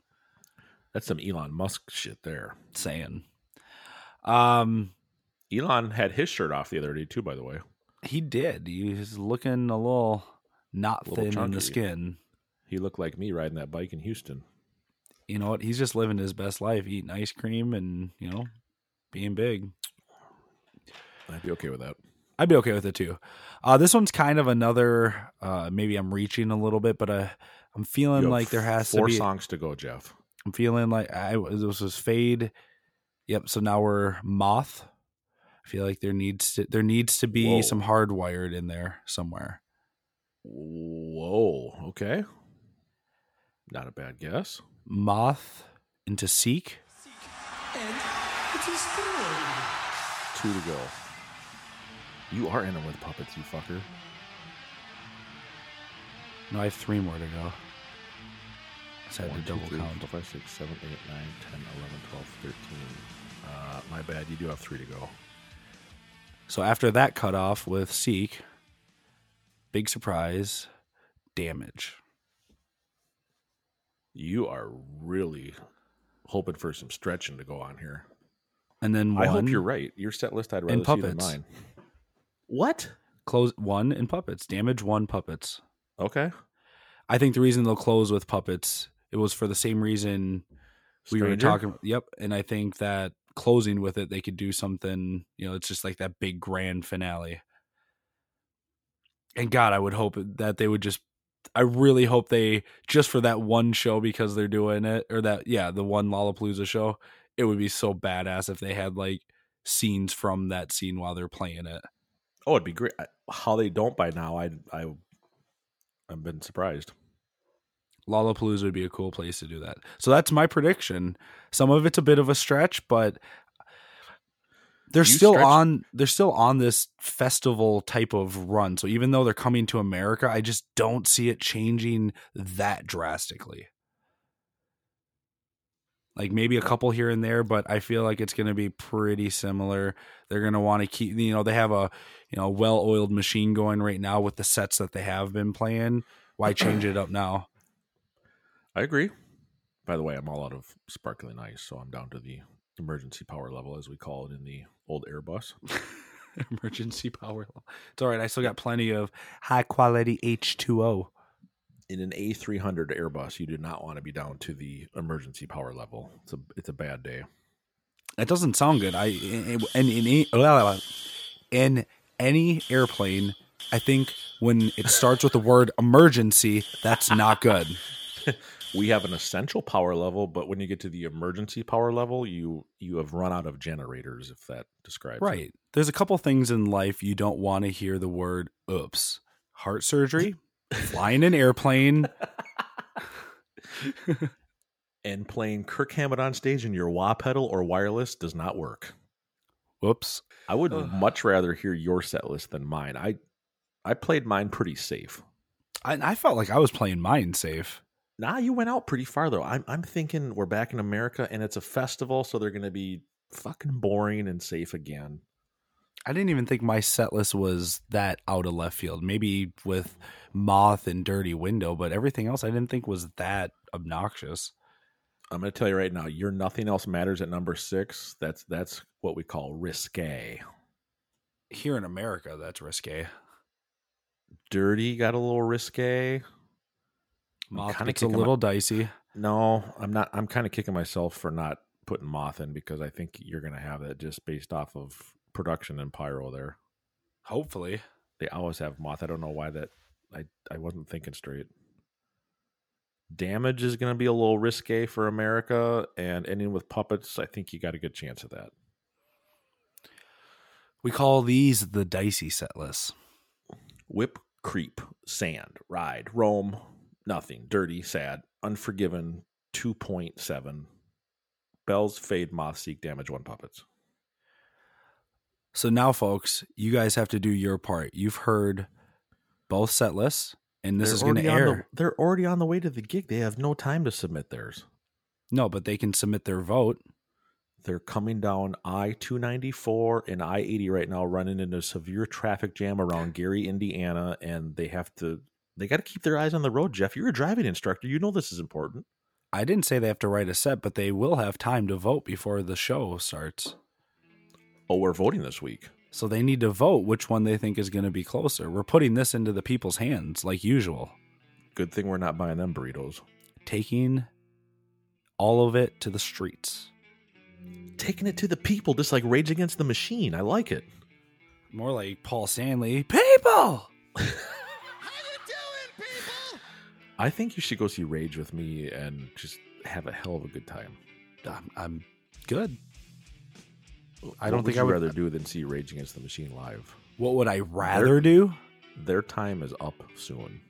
P: That's some Elon Musk shit there.
Q: Saying. Um
P: Elon had his shirt off the other day too, by the way.
Q: He did. He was looking a little not a little thin chunky. on the skin.
P: He looked like me riding that bike in Houston
Q: you know what? He's just living his best life, eating ice cream and, you know, being big.
P: I'd be okay with that.
Q: I'd be okay with it too. Uh, this one's kind of another, uh, maybe I'm reaching a little bit, but uh, I'm feeling like there has
P: four
Q: to be
P: songs to go, Jeff.
Q: I'm feeling like I this was fade. Yep. So now we're moth. I feel like there needs to there needs to be Whoa. some hardwired in there somewhere.
P: Whoa. Okay. Not a bad guess
Q: moth into seek.
P: Two to go. You are in it with puppets, you fucker.
Q: No, I have three more to go. So
P: One,
Q: I had to double
P: three,
Q: count.
P: Four, five, six, seven, eight, nine, 10, 11, 12, 13. Uh, my bad. You do have three to go.
Q: So after that cutoff with Seek, big surprise, damage
P: you are really hoping for some stretching to go on here.
Q: And then one,
P: I hope you're right. Your set list I'd rather see than mine. What?
Q: Close one in puppets. Damage one puppets.
P: Okay.
Q: I think the reason they'll close with puppets it was for the same reason we Stranger? were talking. Yep. And I think that closing with it they could do something. You know, it's just like that big grand finale. And God, I would hope that they would just I really hope they just for that one show because they're doing it or that yeah the one Lollapalooza show. It would be so badass if they had like scenes from that scene while they're playing it.
P: Oh, it'd be great. How they don't by now, I I I've been surprised.
Q: Lollapalooza would be a cool place to do that. So that's my prediction. Some of it's a bit of a stretch, but they're you still stretch- on they're still on this festival type of run. So even though they're coming to America, I just don't see it changing that drastically. Like maybe a couple here and there, but I feel like it's going to be pretty similar. They're going to want to keep, you know, they have a, you know, well-oiled machine going right now with the sets that they have been playing. Why change it up now?
P: I agree. By the way, I'm all out of sparkling ice, so I'm down to the emergency power level, as we call it in the old Airbus.
Q: emergency power level. It's all right. I still got plenty of high quality H2O.
P: In an A300 Airbus, you do not want to be down to the emergency power level. It's a it's a bad day.
Q: That doesn't sound good. I in in, in, in, in any airplane, I think when it starts with the word emergency, that's not good.
P: we have an essential power level, but when you get to the emergency power level, you you have run out of generators. If that describes
Q: right, it. there's a couple things in life you don't want to hear the word "oops." Heart surgery, flying an airplane,
P: and playing Kirk Hammett on stage in your wah pedal or wireless does not work.
Q: Whoops!
P: I would
Q: Uh-huh.
P: Ugh. much rather hear your set list than mine. I I played mine pretty safe.
Q: I, I felt like I was playing mine safe.
P: Nah, you went out pretty far though. I'm I'm thinking we're back in America and it's a festival, so they're gonna be fucking boring and safe again.
Q: I didn't even think my set list was that out of left field. Maybe with Moth and Dirty Window, but everything else I didn't think was that obnoxious.
P: I'm gonna tell you right now, your nothing else matters at number six. That's that's what we call risque.
Q: Here in America, that's risque.
P: Dirty got a little risque.
Q: Moth it's a little my, dicey.
P: No, I'm not. I'm kind of kicking myself for not putting Moth in because I think you're going to have that just based off of production and pyro there.
Q: Hopefully,
P: they always have Moth. I don't know why that. I I wasn't thinking straight. Damage is going to be a little risque for America, and ending with puppets, I think you got a good chance of that.
Q: We call these the dicey set lists.
P: Whip, creep, sand, ride, roam, nothing. Dirty, sad, unforgiven, 2.7. Bells, fade, moth, seek, damage, one puppets.
Q: So now, folks, you guys have to do your part. You've heard both set lists, and this they're is going to air.
P: The, they're already on the way to the gig. They have no time to submit theirs.
Q: No, but they can submit their vote.
P: They're coming down I 294 and I 80 right now, running into severe traffic jam around Gary, Indiana, and they have to they got to keep their eyes on the road, Jeff. You're a driving instructor. You know this is important.
Q: I didn't say they have to write a set, but they will have time to vote before the show starts.
P: Oh, we're voting this week.
Q: So they need to vote which one they think is going to be closer. We're putting this into the people's hands like usual.
P: Good thing we're not buying them burritos.
Q: Taking all of it to the streets.
P: Taking it to the people, just like Rage Against the Machine. I like it.
Q: More like Paul Stanley. People!
P: I think you should go see Rage with me and just have a hell of a good time.
Q: I'm, I'm good.
P: I don't think I would rather do than see Rage Against the Machine live.
Q: What would I rather their, do?
P: Their time is up soon.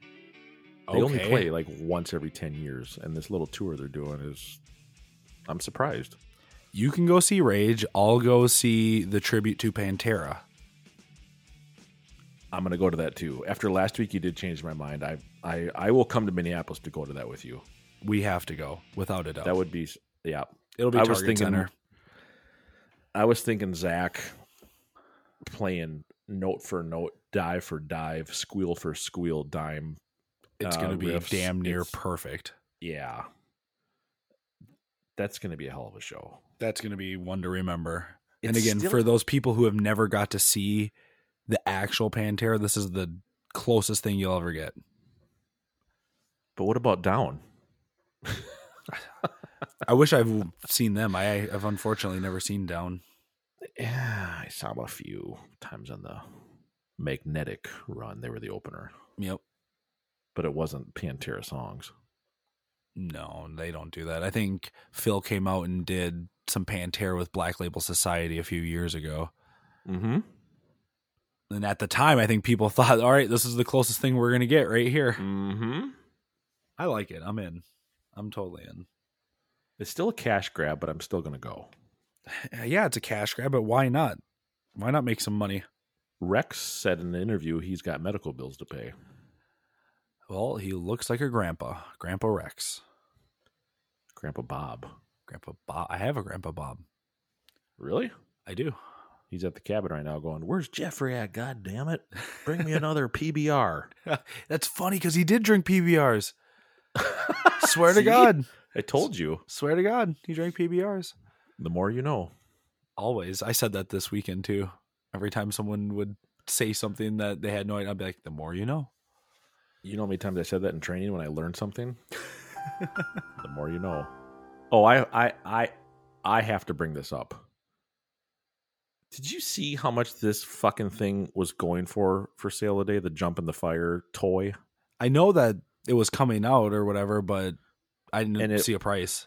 P: They okay. only play like once every ten years, and this little tour they're doing is. I'm surprised.
Q: You can go see Rage. I'll go see the tribute to Pantera.
P: I'm gonna go to that too. After last week, you did change my mind. I I I will come to Minneapolis to go to that with you.
Q: We have to go without a doubt.
P: That would be yeah.
Q: It'll be I Target was thinking, Center.
P: I was thinking Zach playing note for note, dive for dive, squeal for squeal, dime.
Q: It's uh, gonna be riffs. damn near it's, perfect.
P: Yeah, that's gonna be a hell of a show.
Q: That's gonna be one to remember. It's and again, still- for those people who have never got to see the actual Pantera, this is the closest thing you'll ever get.
P: But what about Down?
Q: I wish I've seen them. I, have unfortunately never seen Down.
P: Yeah, I saw them a few times on the Magnetic run. They were the opener.
Q: Yep.
P: but it wasn't Pantera songs.
Q: No, they don't do that. I think Phil came out and did some Pantera with Black Label Society a few years ago.
P: Mm-hmm.
Q: And at the time, I think people thought, "All right, this is the closest thing we're gonna get right here."
P: Mm-hmm.
Q: I like it. I'm in. I'm totally in.
P: It's still a cash grab, but I'm still gonna go.
Q: Yeah, it's a cash grab, but why not? Why not make some money?
P: Rex said in an interview he's got medical bills to pay.
Q: Well, he looks like a grandpa. Grandpa Rex.
P: Grandpa Bob.
Q: Grandpa Bob. I have a Grandpa Bob.
P: Really?
Q: I do.
P: He's at the cabin right now going, Where's Jeffrey at? God damn it. Bring me another PBR.
Q: That's funny because he did drink PBRs. Swear to God.
P: I told you.
Q: Swear to God. He drank PBRs.
P: The more you know.
Q: Always. I said that this weekend too. Every time someone would say something that they had no idea, I'd be like, the more you know.
P: You know how many times I said that in training when I learned something? the more you know. Oh, I, I I I have to bring this up. Did you see how much this fucking thing was going for for sale today? The jump in the fire toy.
Q: I know that it was coming out or whatever, but I didn't it, see a price.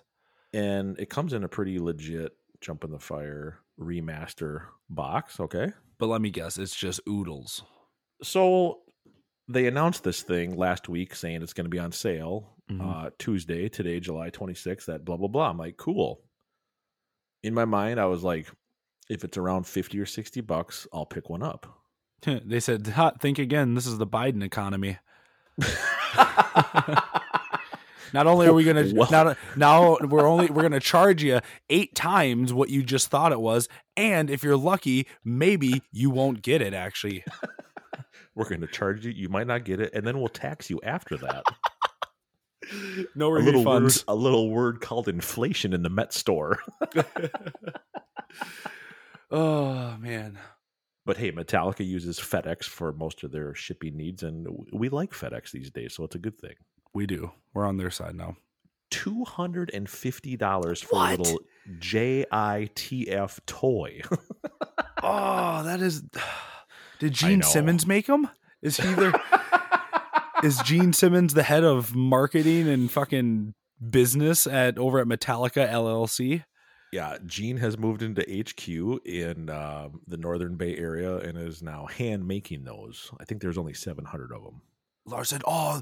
P: And it comes in a pretty legit jump in the fire remaster box, okay?
Q: But let me guess, it's just oodles.
P: So they announced this thing last week saying it's going to be on sale mm-hmm. uh, Tuesday, today, July 26th, that blah, blah, blah. I'm like, cool. In my mind, I was like, if it's around 50 or 60 bucks, I'll pick one up.
Q: they said, think again. This is the Biden economy. not only are we going to well, now we're only we're going to charge you eight times what you just thought it was and if you're lucky maybe you won't get it actually
P: we're going to charge you. You might not get it, and then we'll tax you after that.
Q: no
P: a little
Q: funds.
P: Word, a little word called inflation in the Met store.
Q: oh man!
P: But hey, Metallica uses FedEx for most of their shipping needs, and we like FedEx these days, so it's a good thing.
Q: We do. We're on their side now.
P: Two hundred and fifty dollars for what? a little JITF toy.
Q: oh, that is. Did Gene Simmons make them? Is he there? is Gene Simmons the head of marketing and fucking business at over at Metallica LLC?
P: Yeah, Gene has moved into HQ in uh, the Northern Bay Area and is now hand making those. I think there's only 700 of them.
Q: Lars said, "Oh,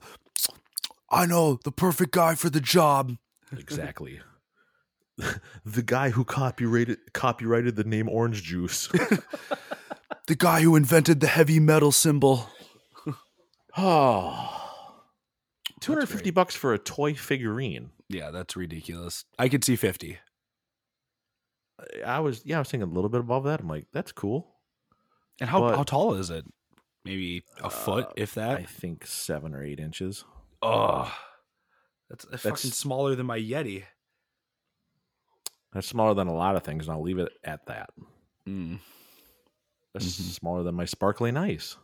Q: I know the perfect guy for the job."
P: Exactly. the guy who copyrighted copyrighted the name orange juice.
Q: the guy who invented the heavy metal symbol.
P: oh. 250 bucks for a toy figurine.
Q: Yeah, that's ridiculous. I could see 50.
P: I was yeah, I was thinking a little bit above that. I'm like, that's cool.
Q: And how but, how tall is it? Maybe a uh, foot, if that.
P: I think seven or eight inches.
Q: Oh, that's, that's fucking smaller than my Yeti.
P: That's smaller than a lot of things, and I'll leave it at that.
Q: Mm.
P: That's mm-hmm. smaller than my sparkling ice.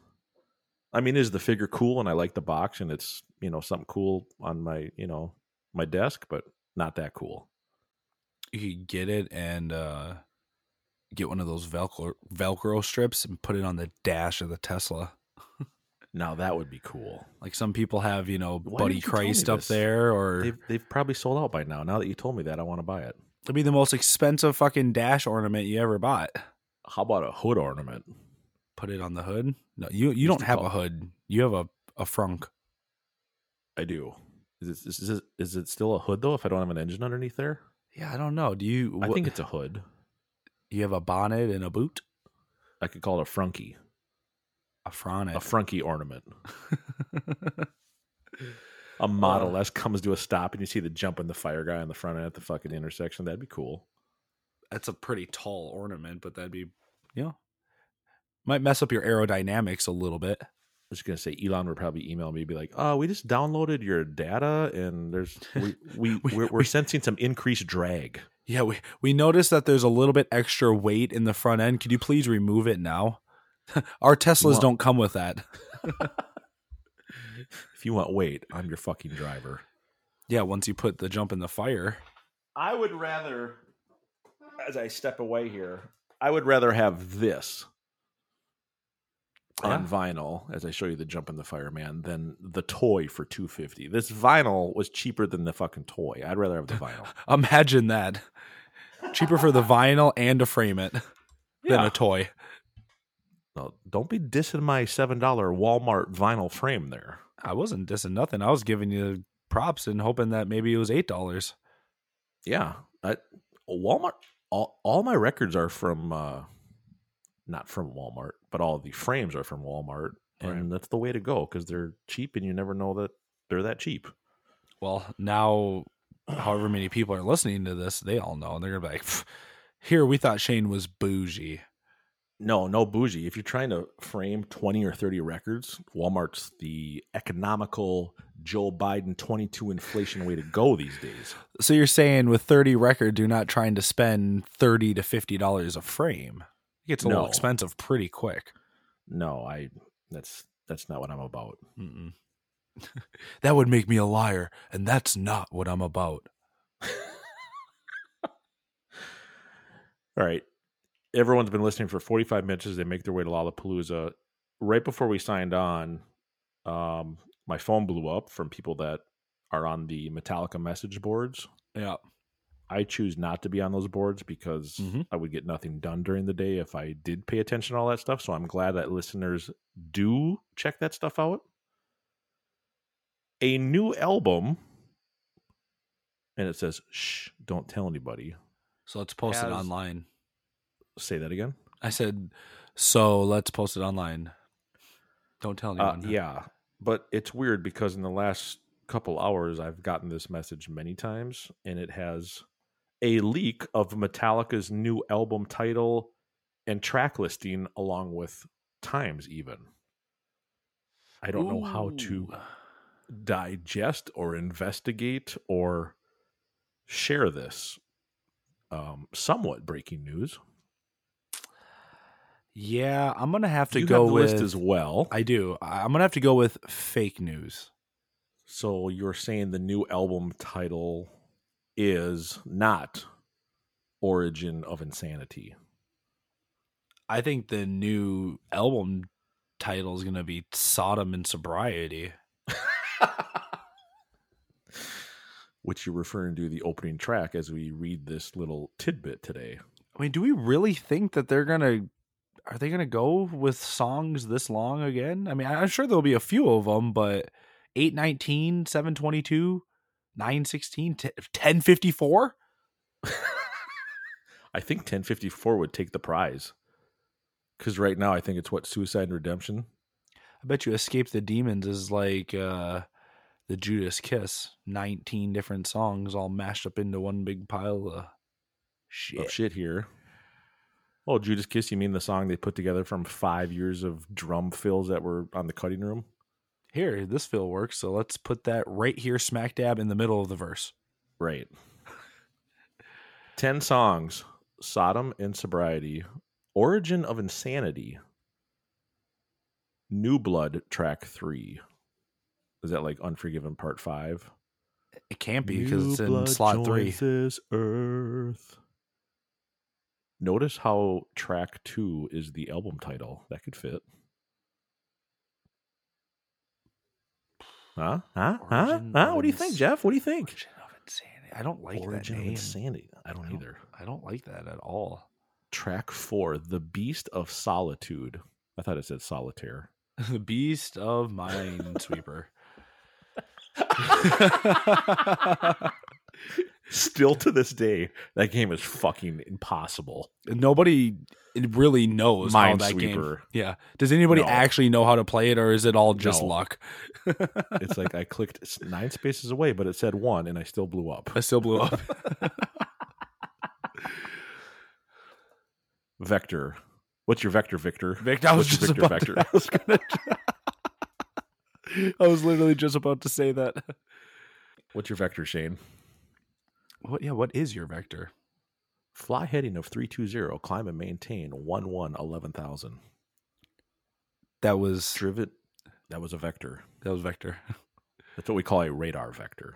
P: I mean, is the figure cool? And I like the box, and it's you know something cool on my you know my desk, but not that cool.
Q: You could get it and uh, get one of those Velcro Velcro strips and put it on the dash of the Tesla.
P: now that would be cool.
Q: Like some people have, you know, Why Buddy Christ up there, or
P: they've, they've probably sold out by now. Now that you told me that, I want to buy it.
Q: It'd be the most expensive fucking dash ornament you ever bought
P: how about a hood ornament?
Q: Put it on the hood. No, you you don't have a hood. You have a a frunk.
P: I do. Is it, is it is it still a hood though? If I don't have an engine underneath there?
Q: Yeah, I don't know. Do you?
P: I wh- think it's a hood.
Q: You have a bonnet and a boot.
P: I could call it a frunky.
Q: A fronnet.
P: A frunky ornament. a Model uh, S comes to a stop and you see the jump in the fire guy on the front end at the fucking intersection. That'd be cool
Q: that's a pretty tall ornament, but that'd be you know might mess up your aerodynamics a little bit.
P: I was gonna say Elon would probably email me be like, "Oh, we just downloaded your data, and there's we, we, we we're, we're we, sensing some increased drag."
Q: Yeah, we we noticed that there's a little bit extra weight in the front end. Could you please remove it now? Our Teslas want, don't come with that.
P: if you want weight, I'm your fucking driver.
Q: Yeah, once you put the jump in the fire.
P: I would rather as I step away here, I would rather have this on vinyl as I show you the jump in the fireman than the toy for 250. This vinyl was cheaper than the fucking toy. I'd rather have the vinyl.
Q: Imagine that. Cheaper for the vinyl and to frame it yeah. than a toy.
P: No, don't be dissing my $7 Walmart vinyl frame there.
Q: I wasn't dissing nothing. I was giving you props and hoping that maybe it was $8.
P: Yeah. I, Walmart all, all my records are from uh not from Walmart, but all the frames are from Walmart, and right. that's the way to go because they're cheap, and you never know that they're that cheap.
Q: Well, now, however many people are listening to this, they all know, and they're gonna be like, "Here, we thought Shane was bougie."
P: No, no bougie. If you're trying to frame 20 or 30 records, Walmart's the economical Joe Biden 22 inflation way to go these days.
Q: So you're saying with 30 records, you're not trying to spend 30 to 50 dollars a frame gets a no. little expensive pretty quick.
P: No, I that's that's not what I'm about.
Q: that would make me a liar, and that's not what I'm about.
P: All right. Everyone's been listening for 45 minutes as they make their way to Lollapalooza. Right before we signed on, um, my phone blew up from people that are on the Metallica message boards.
Q: Yeah.
P: I choose not to be on those boards because mm-hmm. I would get nothing done during the day if I did pay attention to all that stuff. So I'm glad that listeners do check that stuff out. A new album, and it says, shh, don't tell anybody.
Q: So let's post As, it online.
P: Say that again.
Q: I said, so let's post it online. Don't tell anyone.
P: Uh, yeah. But it's weird because in the last couple hours, I've gotten this message many times, and it has a leak of Metallica's new album title and track listing along with times even. I don't Ooh. know how to digest or investigate or share this um, somewhat breaking news.
Q: Yeah, I'm gonna have to you go have with
P: list as well.
Q: I do. I'm gonna have to go with fake news.
P: So you're saying the new album title is not Origin of Insanity.
Q: I think the new album title is going to be Sodom and Sobriety.
P: Which you're referring to the opening track as we read this little tidbit today.
Q: I mean, do we really think that they're going to are they going to go with songs this long again? I mean, I'm sure there'll be a few of them, but 819, 722, 916 1054
P: i think 1054 would take the prize because right now i think it's what suicide and redemption
Q: i bet you escape the demons is like uh the judas kiss 19 different songs all mashed up into one big pile
P: Oh,
Q: of shit,
P: of shit here oh judas kiss you mean the song they put together from five years of drum fills that were on the cutting room
Q: here, this fill works. So let's put that right here, smack dab in the middle of the verse.
P: Right. 10 songs Sodom and Sobriety, Origin of Insanity, New Blood, track three. Is that like Unforgiven part five?
Q: It can't be because it's in slot three.
P: This earth. Notice how track two is the album title. That could fit. Huh? Huh? Origin huh? Huh? What do you think, Jeff? What do you think?
Q: Origin of Insanity. I don't like
P: Origin
Q: that name.
P: of Insanity. I don't, I don't, either.
Q: I don't like that at all.
P: Track four, The Beast of Solitude. I thought it said solitaire.
Q: the Beast of Minesweeper.
P: Still to this day, that game is fucking impossible.
Q: Nobody really knows how that game. Yeah. Does anybody no. actually know how to play it, or is it all just no. luck?
P: it's like I clicked nine spaces away, but it said one, and I still blew up.
Q: I still blew up.
P: vector, what's your vector, Victor?
Q: Victor, I was
P: what's
Q: just about vector? To, I was, gonna, I was literally just about to say that.
P: What's your vector, Shane?
Q: What? Yeah, what is your vector?
P: Fly heading of 320, climb and maintain 1 1 11,000.
Q: That was
P: driven. That was a vector.
Q: That was vector.
P: That's what we call a radar vector.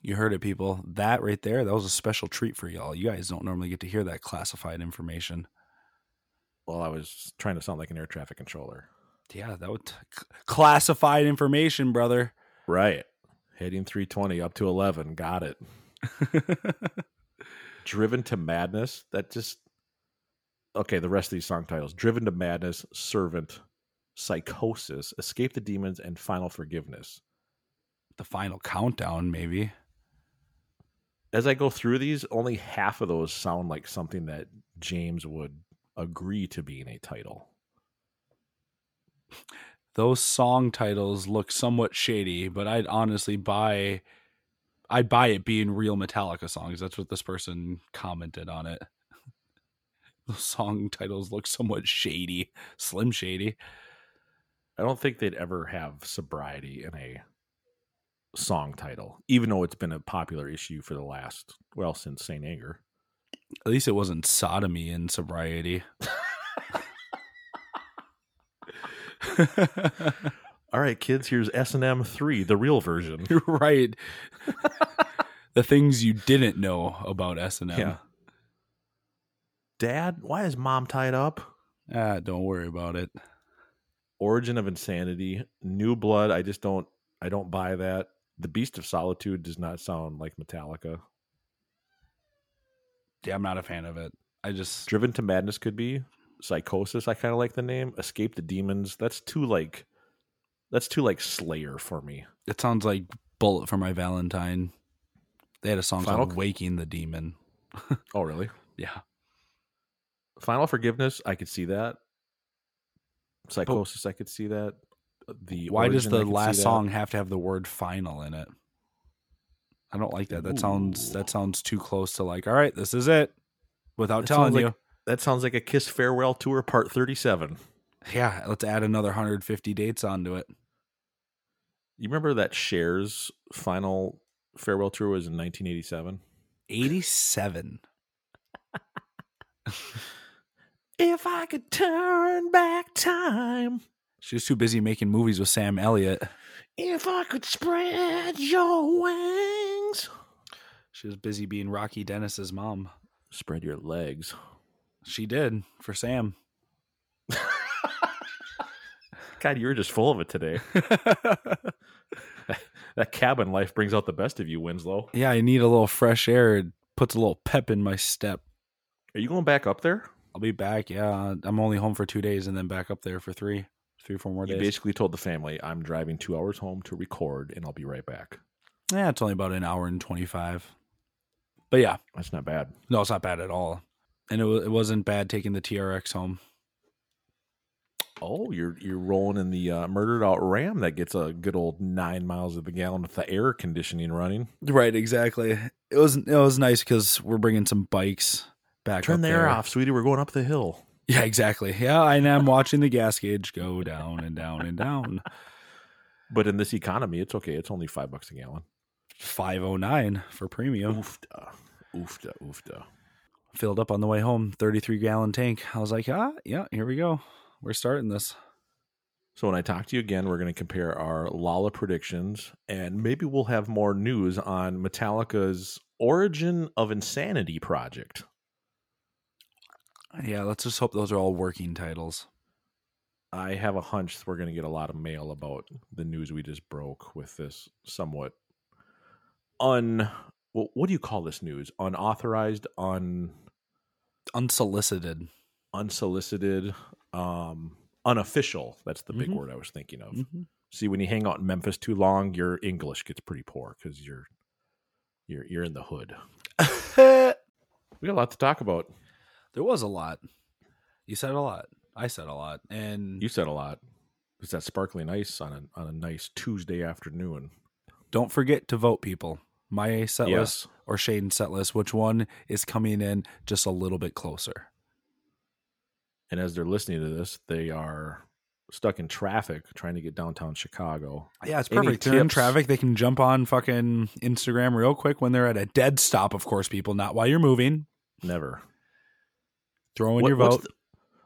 Q: You heard it, people. That right there, that was a special treat for y'all. You guys don't normally get to hear that classified information.
P: while I was trying to sound like an air traffic controller.
Q: Yeah, that would t- classified information, brother.
P: Right. Heading 320 up to 11. Got it. Driven to Madness. That just. Okay, the rest of these song titles Driven to Madness, Servant, Psychosis, Escape the Demons, and Final Forgiveness.
Q: The Final Countdown, maybe.
P: As I go through these, only half of those sound like something that James would agree to being a title.
Q: Those song titles look somewhat shady, but I'd honestly buy I'd buy it being real Metallica songs. That's what this person commented on it. Those song titles look somewhat shady, slim shady.
P: I don't think they'd ever have sobriety in a song title, E, even though it's been a popular issue for the last well, since Saint Anger.
Q: At least it wasn't sodomy and sobriety.
P: All right, kids, here's S&M 3, the real version.
Q: right. the things you didn't know about S&M. Yeah.
P: Dad, why is mom tied up?
Q: Ah, don't worry about it.
P: Origin of Insanity, New Blood, I just don't I don't buy that. The Beast of Solitude does not sound like Metallica
Q: yeah, I'm not a fan of it. I just
P: Driven to Madness could be Psychosis. I kind of like the name. Escape the Demons. That's too like that's too like Slayer for me.
Q: It sounds like Bullet for My Valentine. They had a song Final called Waking the Demon.
P: oh, really?
Q: Yeah.
P: Final Forgiveness, I could see that. Psychosis, but I could see that. The
Q: Why origin, does the last song have to have the word final in it? I don't like that. That Ooh. sounds that sounds too close to like, all right, this is it. Without that telling you.
P: Like, that sounds like a Kiss Farewell Tour Part 37.
Q: Yeah, let's add another 150 dates onto it.
P: You remember that Shares final farewell tour was in 1987?
Q: 87.
P: if I could turn back time.
Q: She was too busy making movies with Sam Elliott.
P: If I could spread your wings.
Q: She was busy being Rocky Dennis's mom.
P: Spread your legs.
Q: She did for Sam.
P: God, you were just full of it today. that cabin life brings out the best of you, Winslow.
Q: Yeah, I need a little fresh air. It puts a little pep in my step.
P: Are you going back up there?
Q: I'll be back. Yeah, I'm only home for two days and then back up there for three three or four more
P: you
Q: days.
P: basically told the family, I'm driving two hours home to record and I'll be right back.
Q: Yeah, it's only about an hour and 25. But yeah.
P: That's not bad.
Q: No, it's not bad at all. And it, w- it wasn't bad taking the TRX home.
P: Oh, you're you're rolling in the uh, murdered out Ram that gets a good old nine miles of the gallon with the air conditioning running.
Q: Right, exactly. It was it was nice because we're bringing some bikes back.
P: Turn
Q: the
P: air
Q: there.
P: off, sweetie. We're going up the hill.
Q: Yeah, exactly. Yeah, and I'm watching the gas gauge go down and down and down.
P: But in this economy, it's okay. It's only five bucks a gallon.
Q: Five oh nine for premium.
P: Oofda, oofda, oofda.
Q: Filled up on the way home, thirty three gallon tank. I was like, ah, yeah, here we go. We're starting this.
P: So when I talk to you again, we're going to compare our Lala predictions, and maybe we'll have more news on Metallica's Origin of Insanity project.
Q: Yeah, let's just hope those are all working titles.
P: I have a hunch we're going to get a lot of mail about the news we just broke with this somewhat un. Well, what do you call this news? Unauthorized, un.
Q: Unsolicited.
P: Unsolicited, um, unofficial. That's the big mm-hmm. word I was thinking of. Mm-hmm. See, when you hang out in Memphis too long, your English gets pretty poor because you're, you're, you're in the hood. we got a lot to talk about.
Q: There was a lot. You said a lot. I said a lot. And
P: you said a lot. It's that sparkling ice on a on a nice Tuesday afternoon.
Q: Don't forget to vote, people. My setlist yes. or Shane setlist, which one is coming in just a little bit closer?
P: And as they're listening to this, they are stuck in traffic trying to get downtown Chicago.
Q: Yeah, it's perfect. Any they're in traffic. They can jump on fucking Instagram real quick when they're at a dead stop, of course, people, not while you're moving.
P: Never.
Q: Throw in what, your vote.
P: What's the,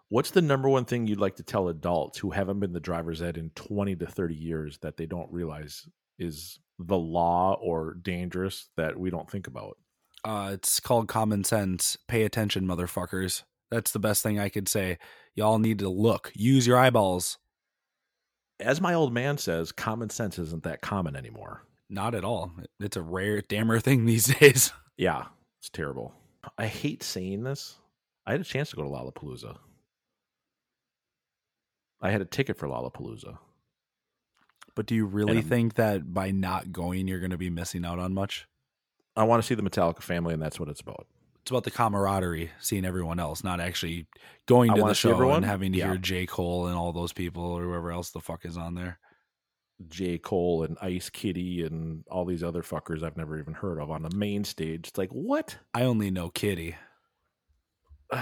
P: what's the, number one thing you'd like to tell adults who haven't been the driver's ed in 20 to 30 years that they don't realize is the law or dangerous that we don't think about?
Q: Uh, it's called common sense. Pay attention, motherfuckers. That's the best thing I could say. Y'all need to look. Use your eyeballs.
P: As my old man says, common sense isn't that common anymore.
Q: Not at all. It's a rare, damn rare thing these days.
P: Yeah, it's terrible. I hate saying this. I had a chance to go to Lollapalooza. I had a ticket for Lollapalooza.
Q: But do you really think that by not going, you're going to be missing out on much?
P: I want to see the Metallica family, and that's what it's about.
Q: It's about the camaraderie, seeing everyone else, not actually going to the show everyone? and having to yeah. hear J. Cole and all those people or whoever else the fuck is on there.
P: J. Cole and Ice Kitty and all these other fuckers I've never even heard of on the main stage. It's like, what?
Q: I only know Kitty.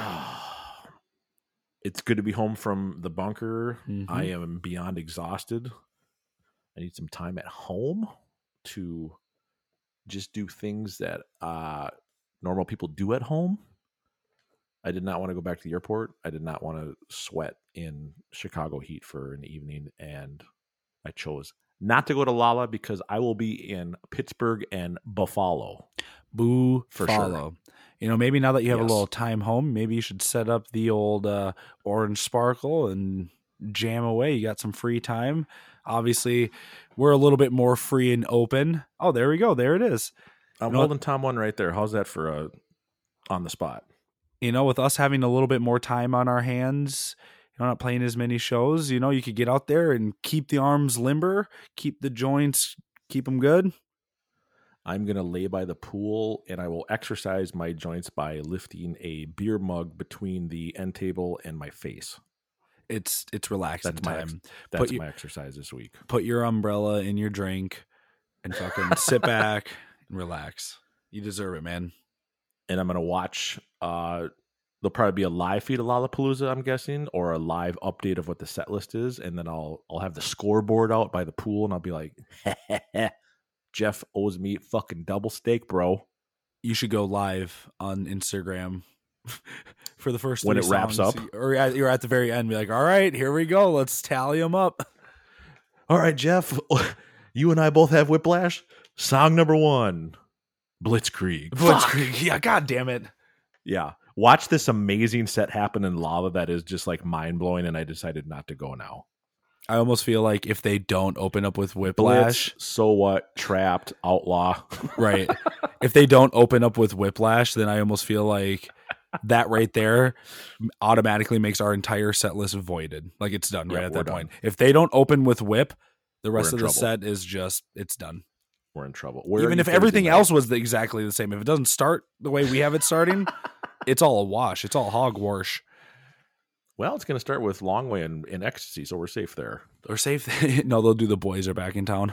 P: it's good to be home from the bunker. Mm-hmm. I am beyond exhausted. I need some time at home to just do things that uh, normal people do at home. I did not want to go back to the airport. I did not want to sweat in Chicago heat for an evening, and I chose not to go to Lala because I will be in Pittsburgh and Buffalo.
Q: Boo for follow. sure. You know, maybe now that you have yes. a little time home, maybe you should set up the old uh, orange sparkle and jam away. You got some free time. Obviously, we're a little bit more free and open. Oh, there we go. There it is.
P: I'm you know, holding Tom one right there. How's that for a on the spot?
Q: You know, with us having a little bit more time on our hands, you know, not playing as many shows, you know, you could get out there and keep the arms limber, keep the joints, keep them good.
P: I'm going to lay by the pool and I will exercise my joints by lifting a beer mug between the end table and my face
Q: it's it's relaxing
P: that's my,
Q: time.
P: that's put my you, exercise this week.
Q: Put your umbrella in your drink and fucking sit back and relax. You deserve it, man.
P: And I'm gonna watch. uh There'll probably be a live feed of Lollapalooza, I'm guessing, or a live update of what the set list is, and then I'll I'll have the scoreboard out by the pool, and I'll be like, Jeff owes me fucking double steak, bro.
Q: You should go live on Instagram for the first
P: when it wraps
Q: songs,
P: up,
Q: or at, you're at the very end, be like, "All right, here we go. Let's tally them up."
P: All right, Jeff, you and I both have whiplash. Song number one, Blitzkrieg.
Q: Blitzkrieg. Fuck. Yeah, god damn it.
P: Yeah, watch this amazing set happen in lava that is just like mind blowing, and I decided not to go now.
Q: I almost feel like if they don't open up with Whiplash,
P: Blitz, so what? Trapped, Outlaw,
Q: right? if they don't open up with Whiplash, then I almost feel like that right there automatically makes our entire set list voided. Like it's done right yeah, at that done. point. If they don't open with whip, the rest of the trouble. set is just it's done.
P: We're in trouble.
Q: Where Even if everything else was the, exactly the same, if it doesn't start the way we have it starting, it's all a wash. It's all hogwash.
P: Well, it's going to start with long way and, and ecstasy, so we're safe there.
Q: Or safe. no, they'll do the boys are back in town.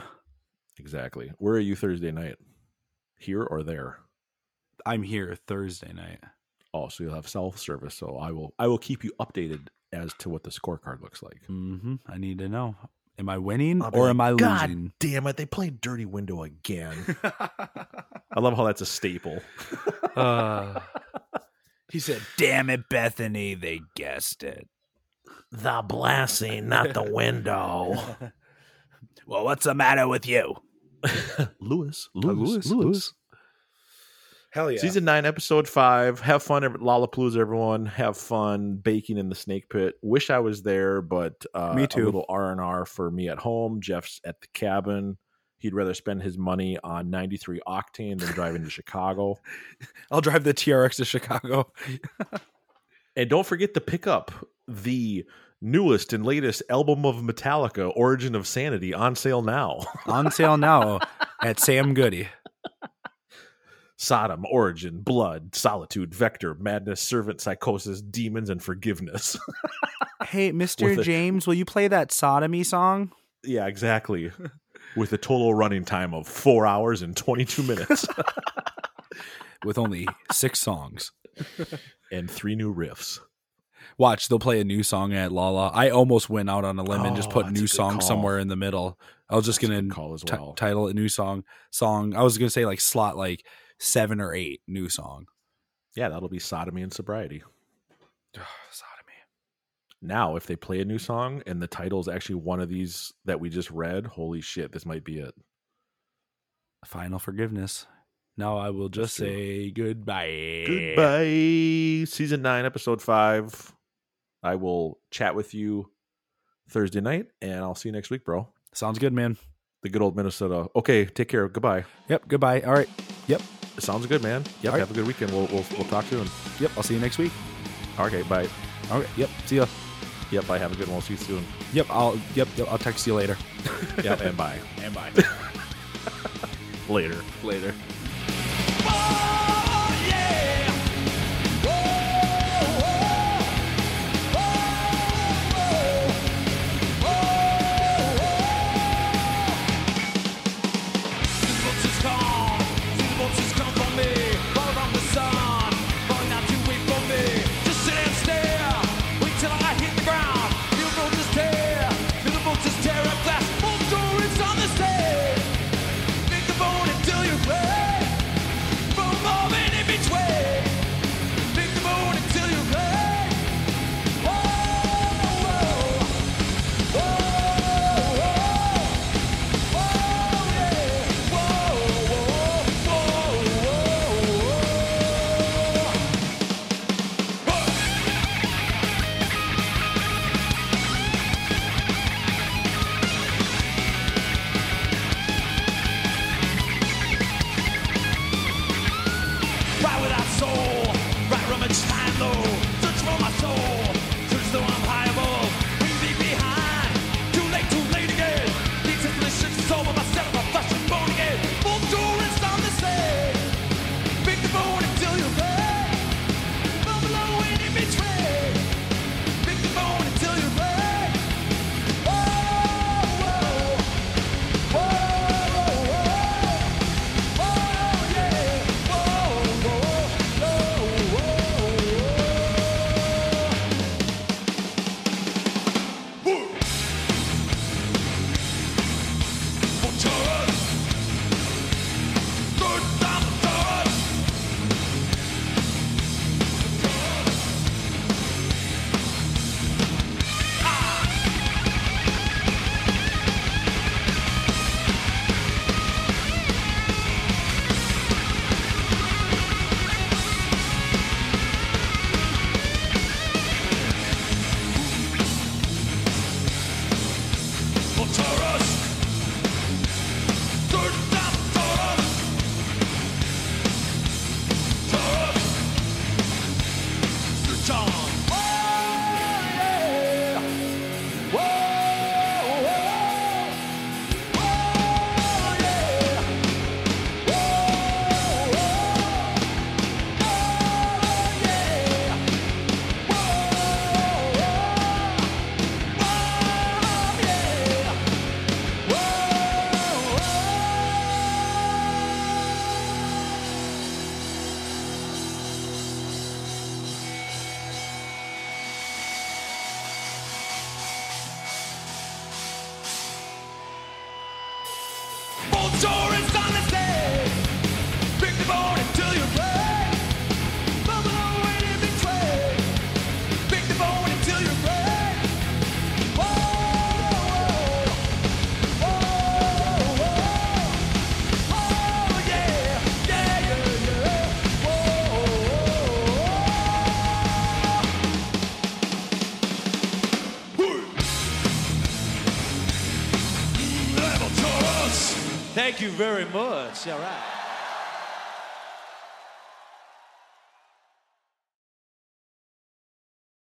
P: Exactly. Where are you Thursday night? Here or there?
Q: I'm here Thursday night.
P: Oh, so you'll have self service. So I will I will keep you updated as to what the scorecard looks like.
Q: Mm-hmm. I need to know. Am I winning or like, am I God losing?
P: damn it! They played Dirty Window again. I love how that's a staple.
Q: uh, he said, "Damn it, Bethany! They guessed it.
A: The blessing, not the window."
Q: well, what's the matter with you,
P: Lewis? Lewis? Uh,
Q: Lewis? Lewis?
P: Hell yeah. Season nine, episode five. Have fun at Lollapalooza, everyone. Have fun baking in the snake pit. Wish I was there, but uh,
Q: me too.
P: A little R and R for me at home. Jeff's at the cabin. He'd rather spend his money on 93 octane than driving to Chicago.
Q: I'll drive the TRX to Chicago.
P: and don't forget to pick up the newest and latest album of Metallica, Origin of Sanity, on sale now.
Q: on sale now at Sam Goody.
P: Sodom, origin, blood, solitude, vector, madness, servant, psychosis, demons, and forgiveness.
Q: hey, Mr. A, James, will you play that sodomy song?
P: Yeah, exactly. With a total running time of four hours and 22 minutes.
Q: With only six songs
P: and three new riffs.
Q: Watch, they'll play a new song at Lala. I almost went out on a limb oh, and just put new song call. somewhere in the middle. I was just going to well. t- title it new song song. I was going to say like slot like seven or eight new song.
P: Yeah, that'll be sodomy and sobriety.
Q: Ugh, sodomy.
P: Now, if they play a new song and the title is actually one of these that we just read, holy shit, this might be it.
Q: Final forgiveness. Now I will just say goodbye.
P: Goodbye. Season 9, episode 5. I will chat with you Thursday night, and I'll see you next week, bro.
Q: Sounds good, man.
P: The good old Minnesota. Okay, take care. Goodbye.
Q: Yep, goodbye. All right. Yep.
P: Sounds good, man. Yep, right. have a good weekend. We'll, we'll, we'll talk soon.
Q: Yep, I'll see you next week.
P: Okay, bye.
Q: Okay, yep, see ya.
P: Yep, I have a good one. I'll see you soon.
Q: Yep, I'll yep, yep I'll text you later.
P: yep, and bye.
Q: And bye.
P: later.
Q: Later.
O: Oh, oh, Oh, Oh,
L: Thank you very much. All right.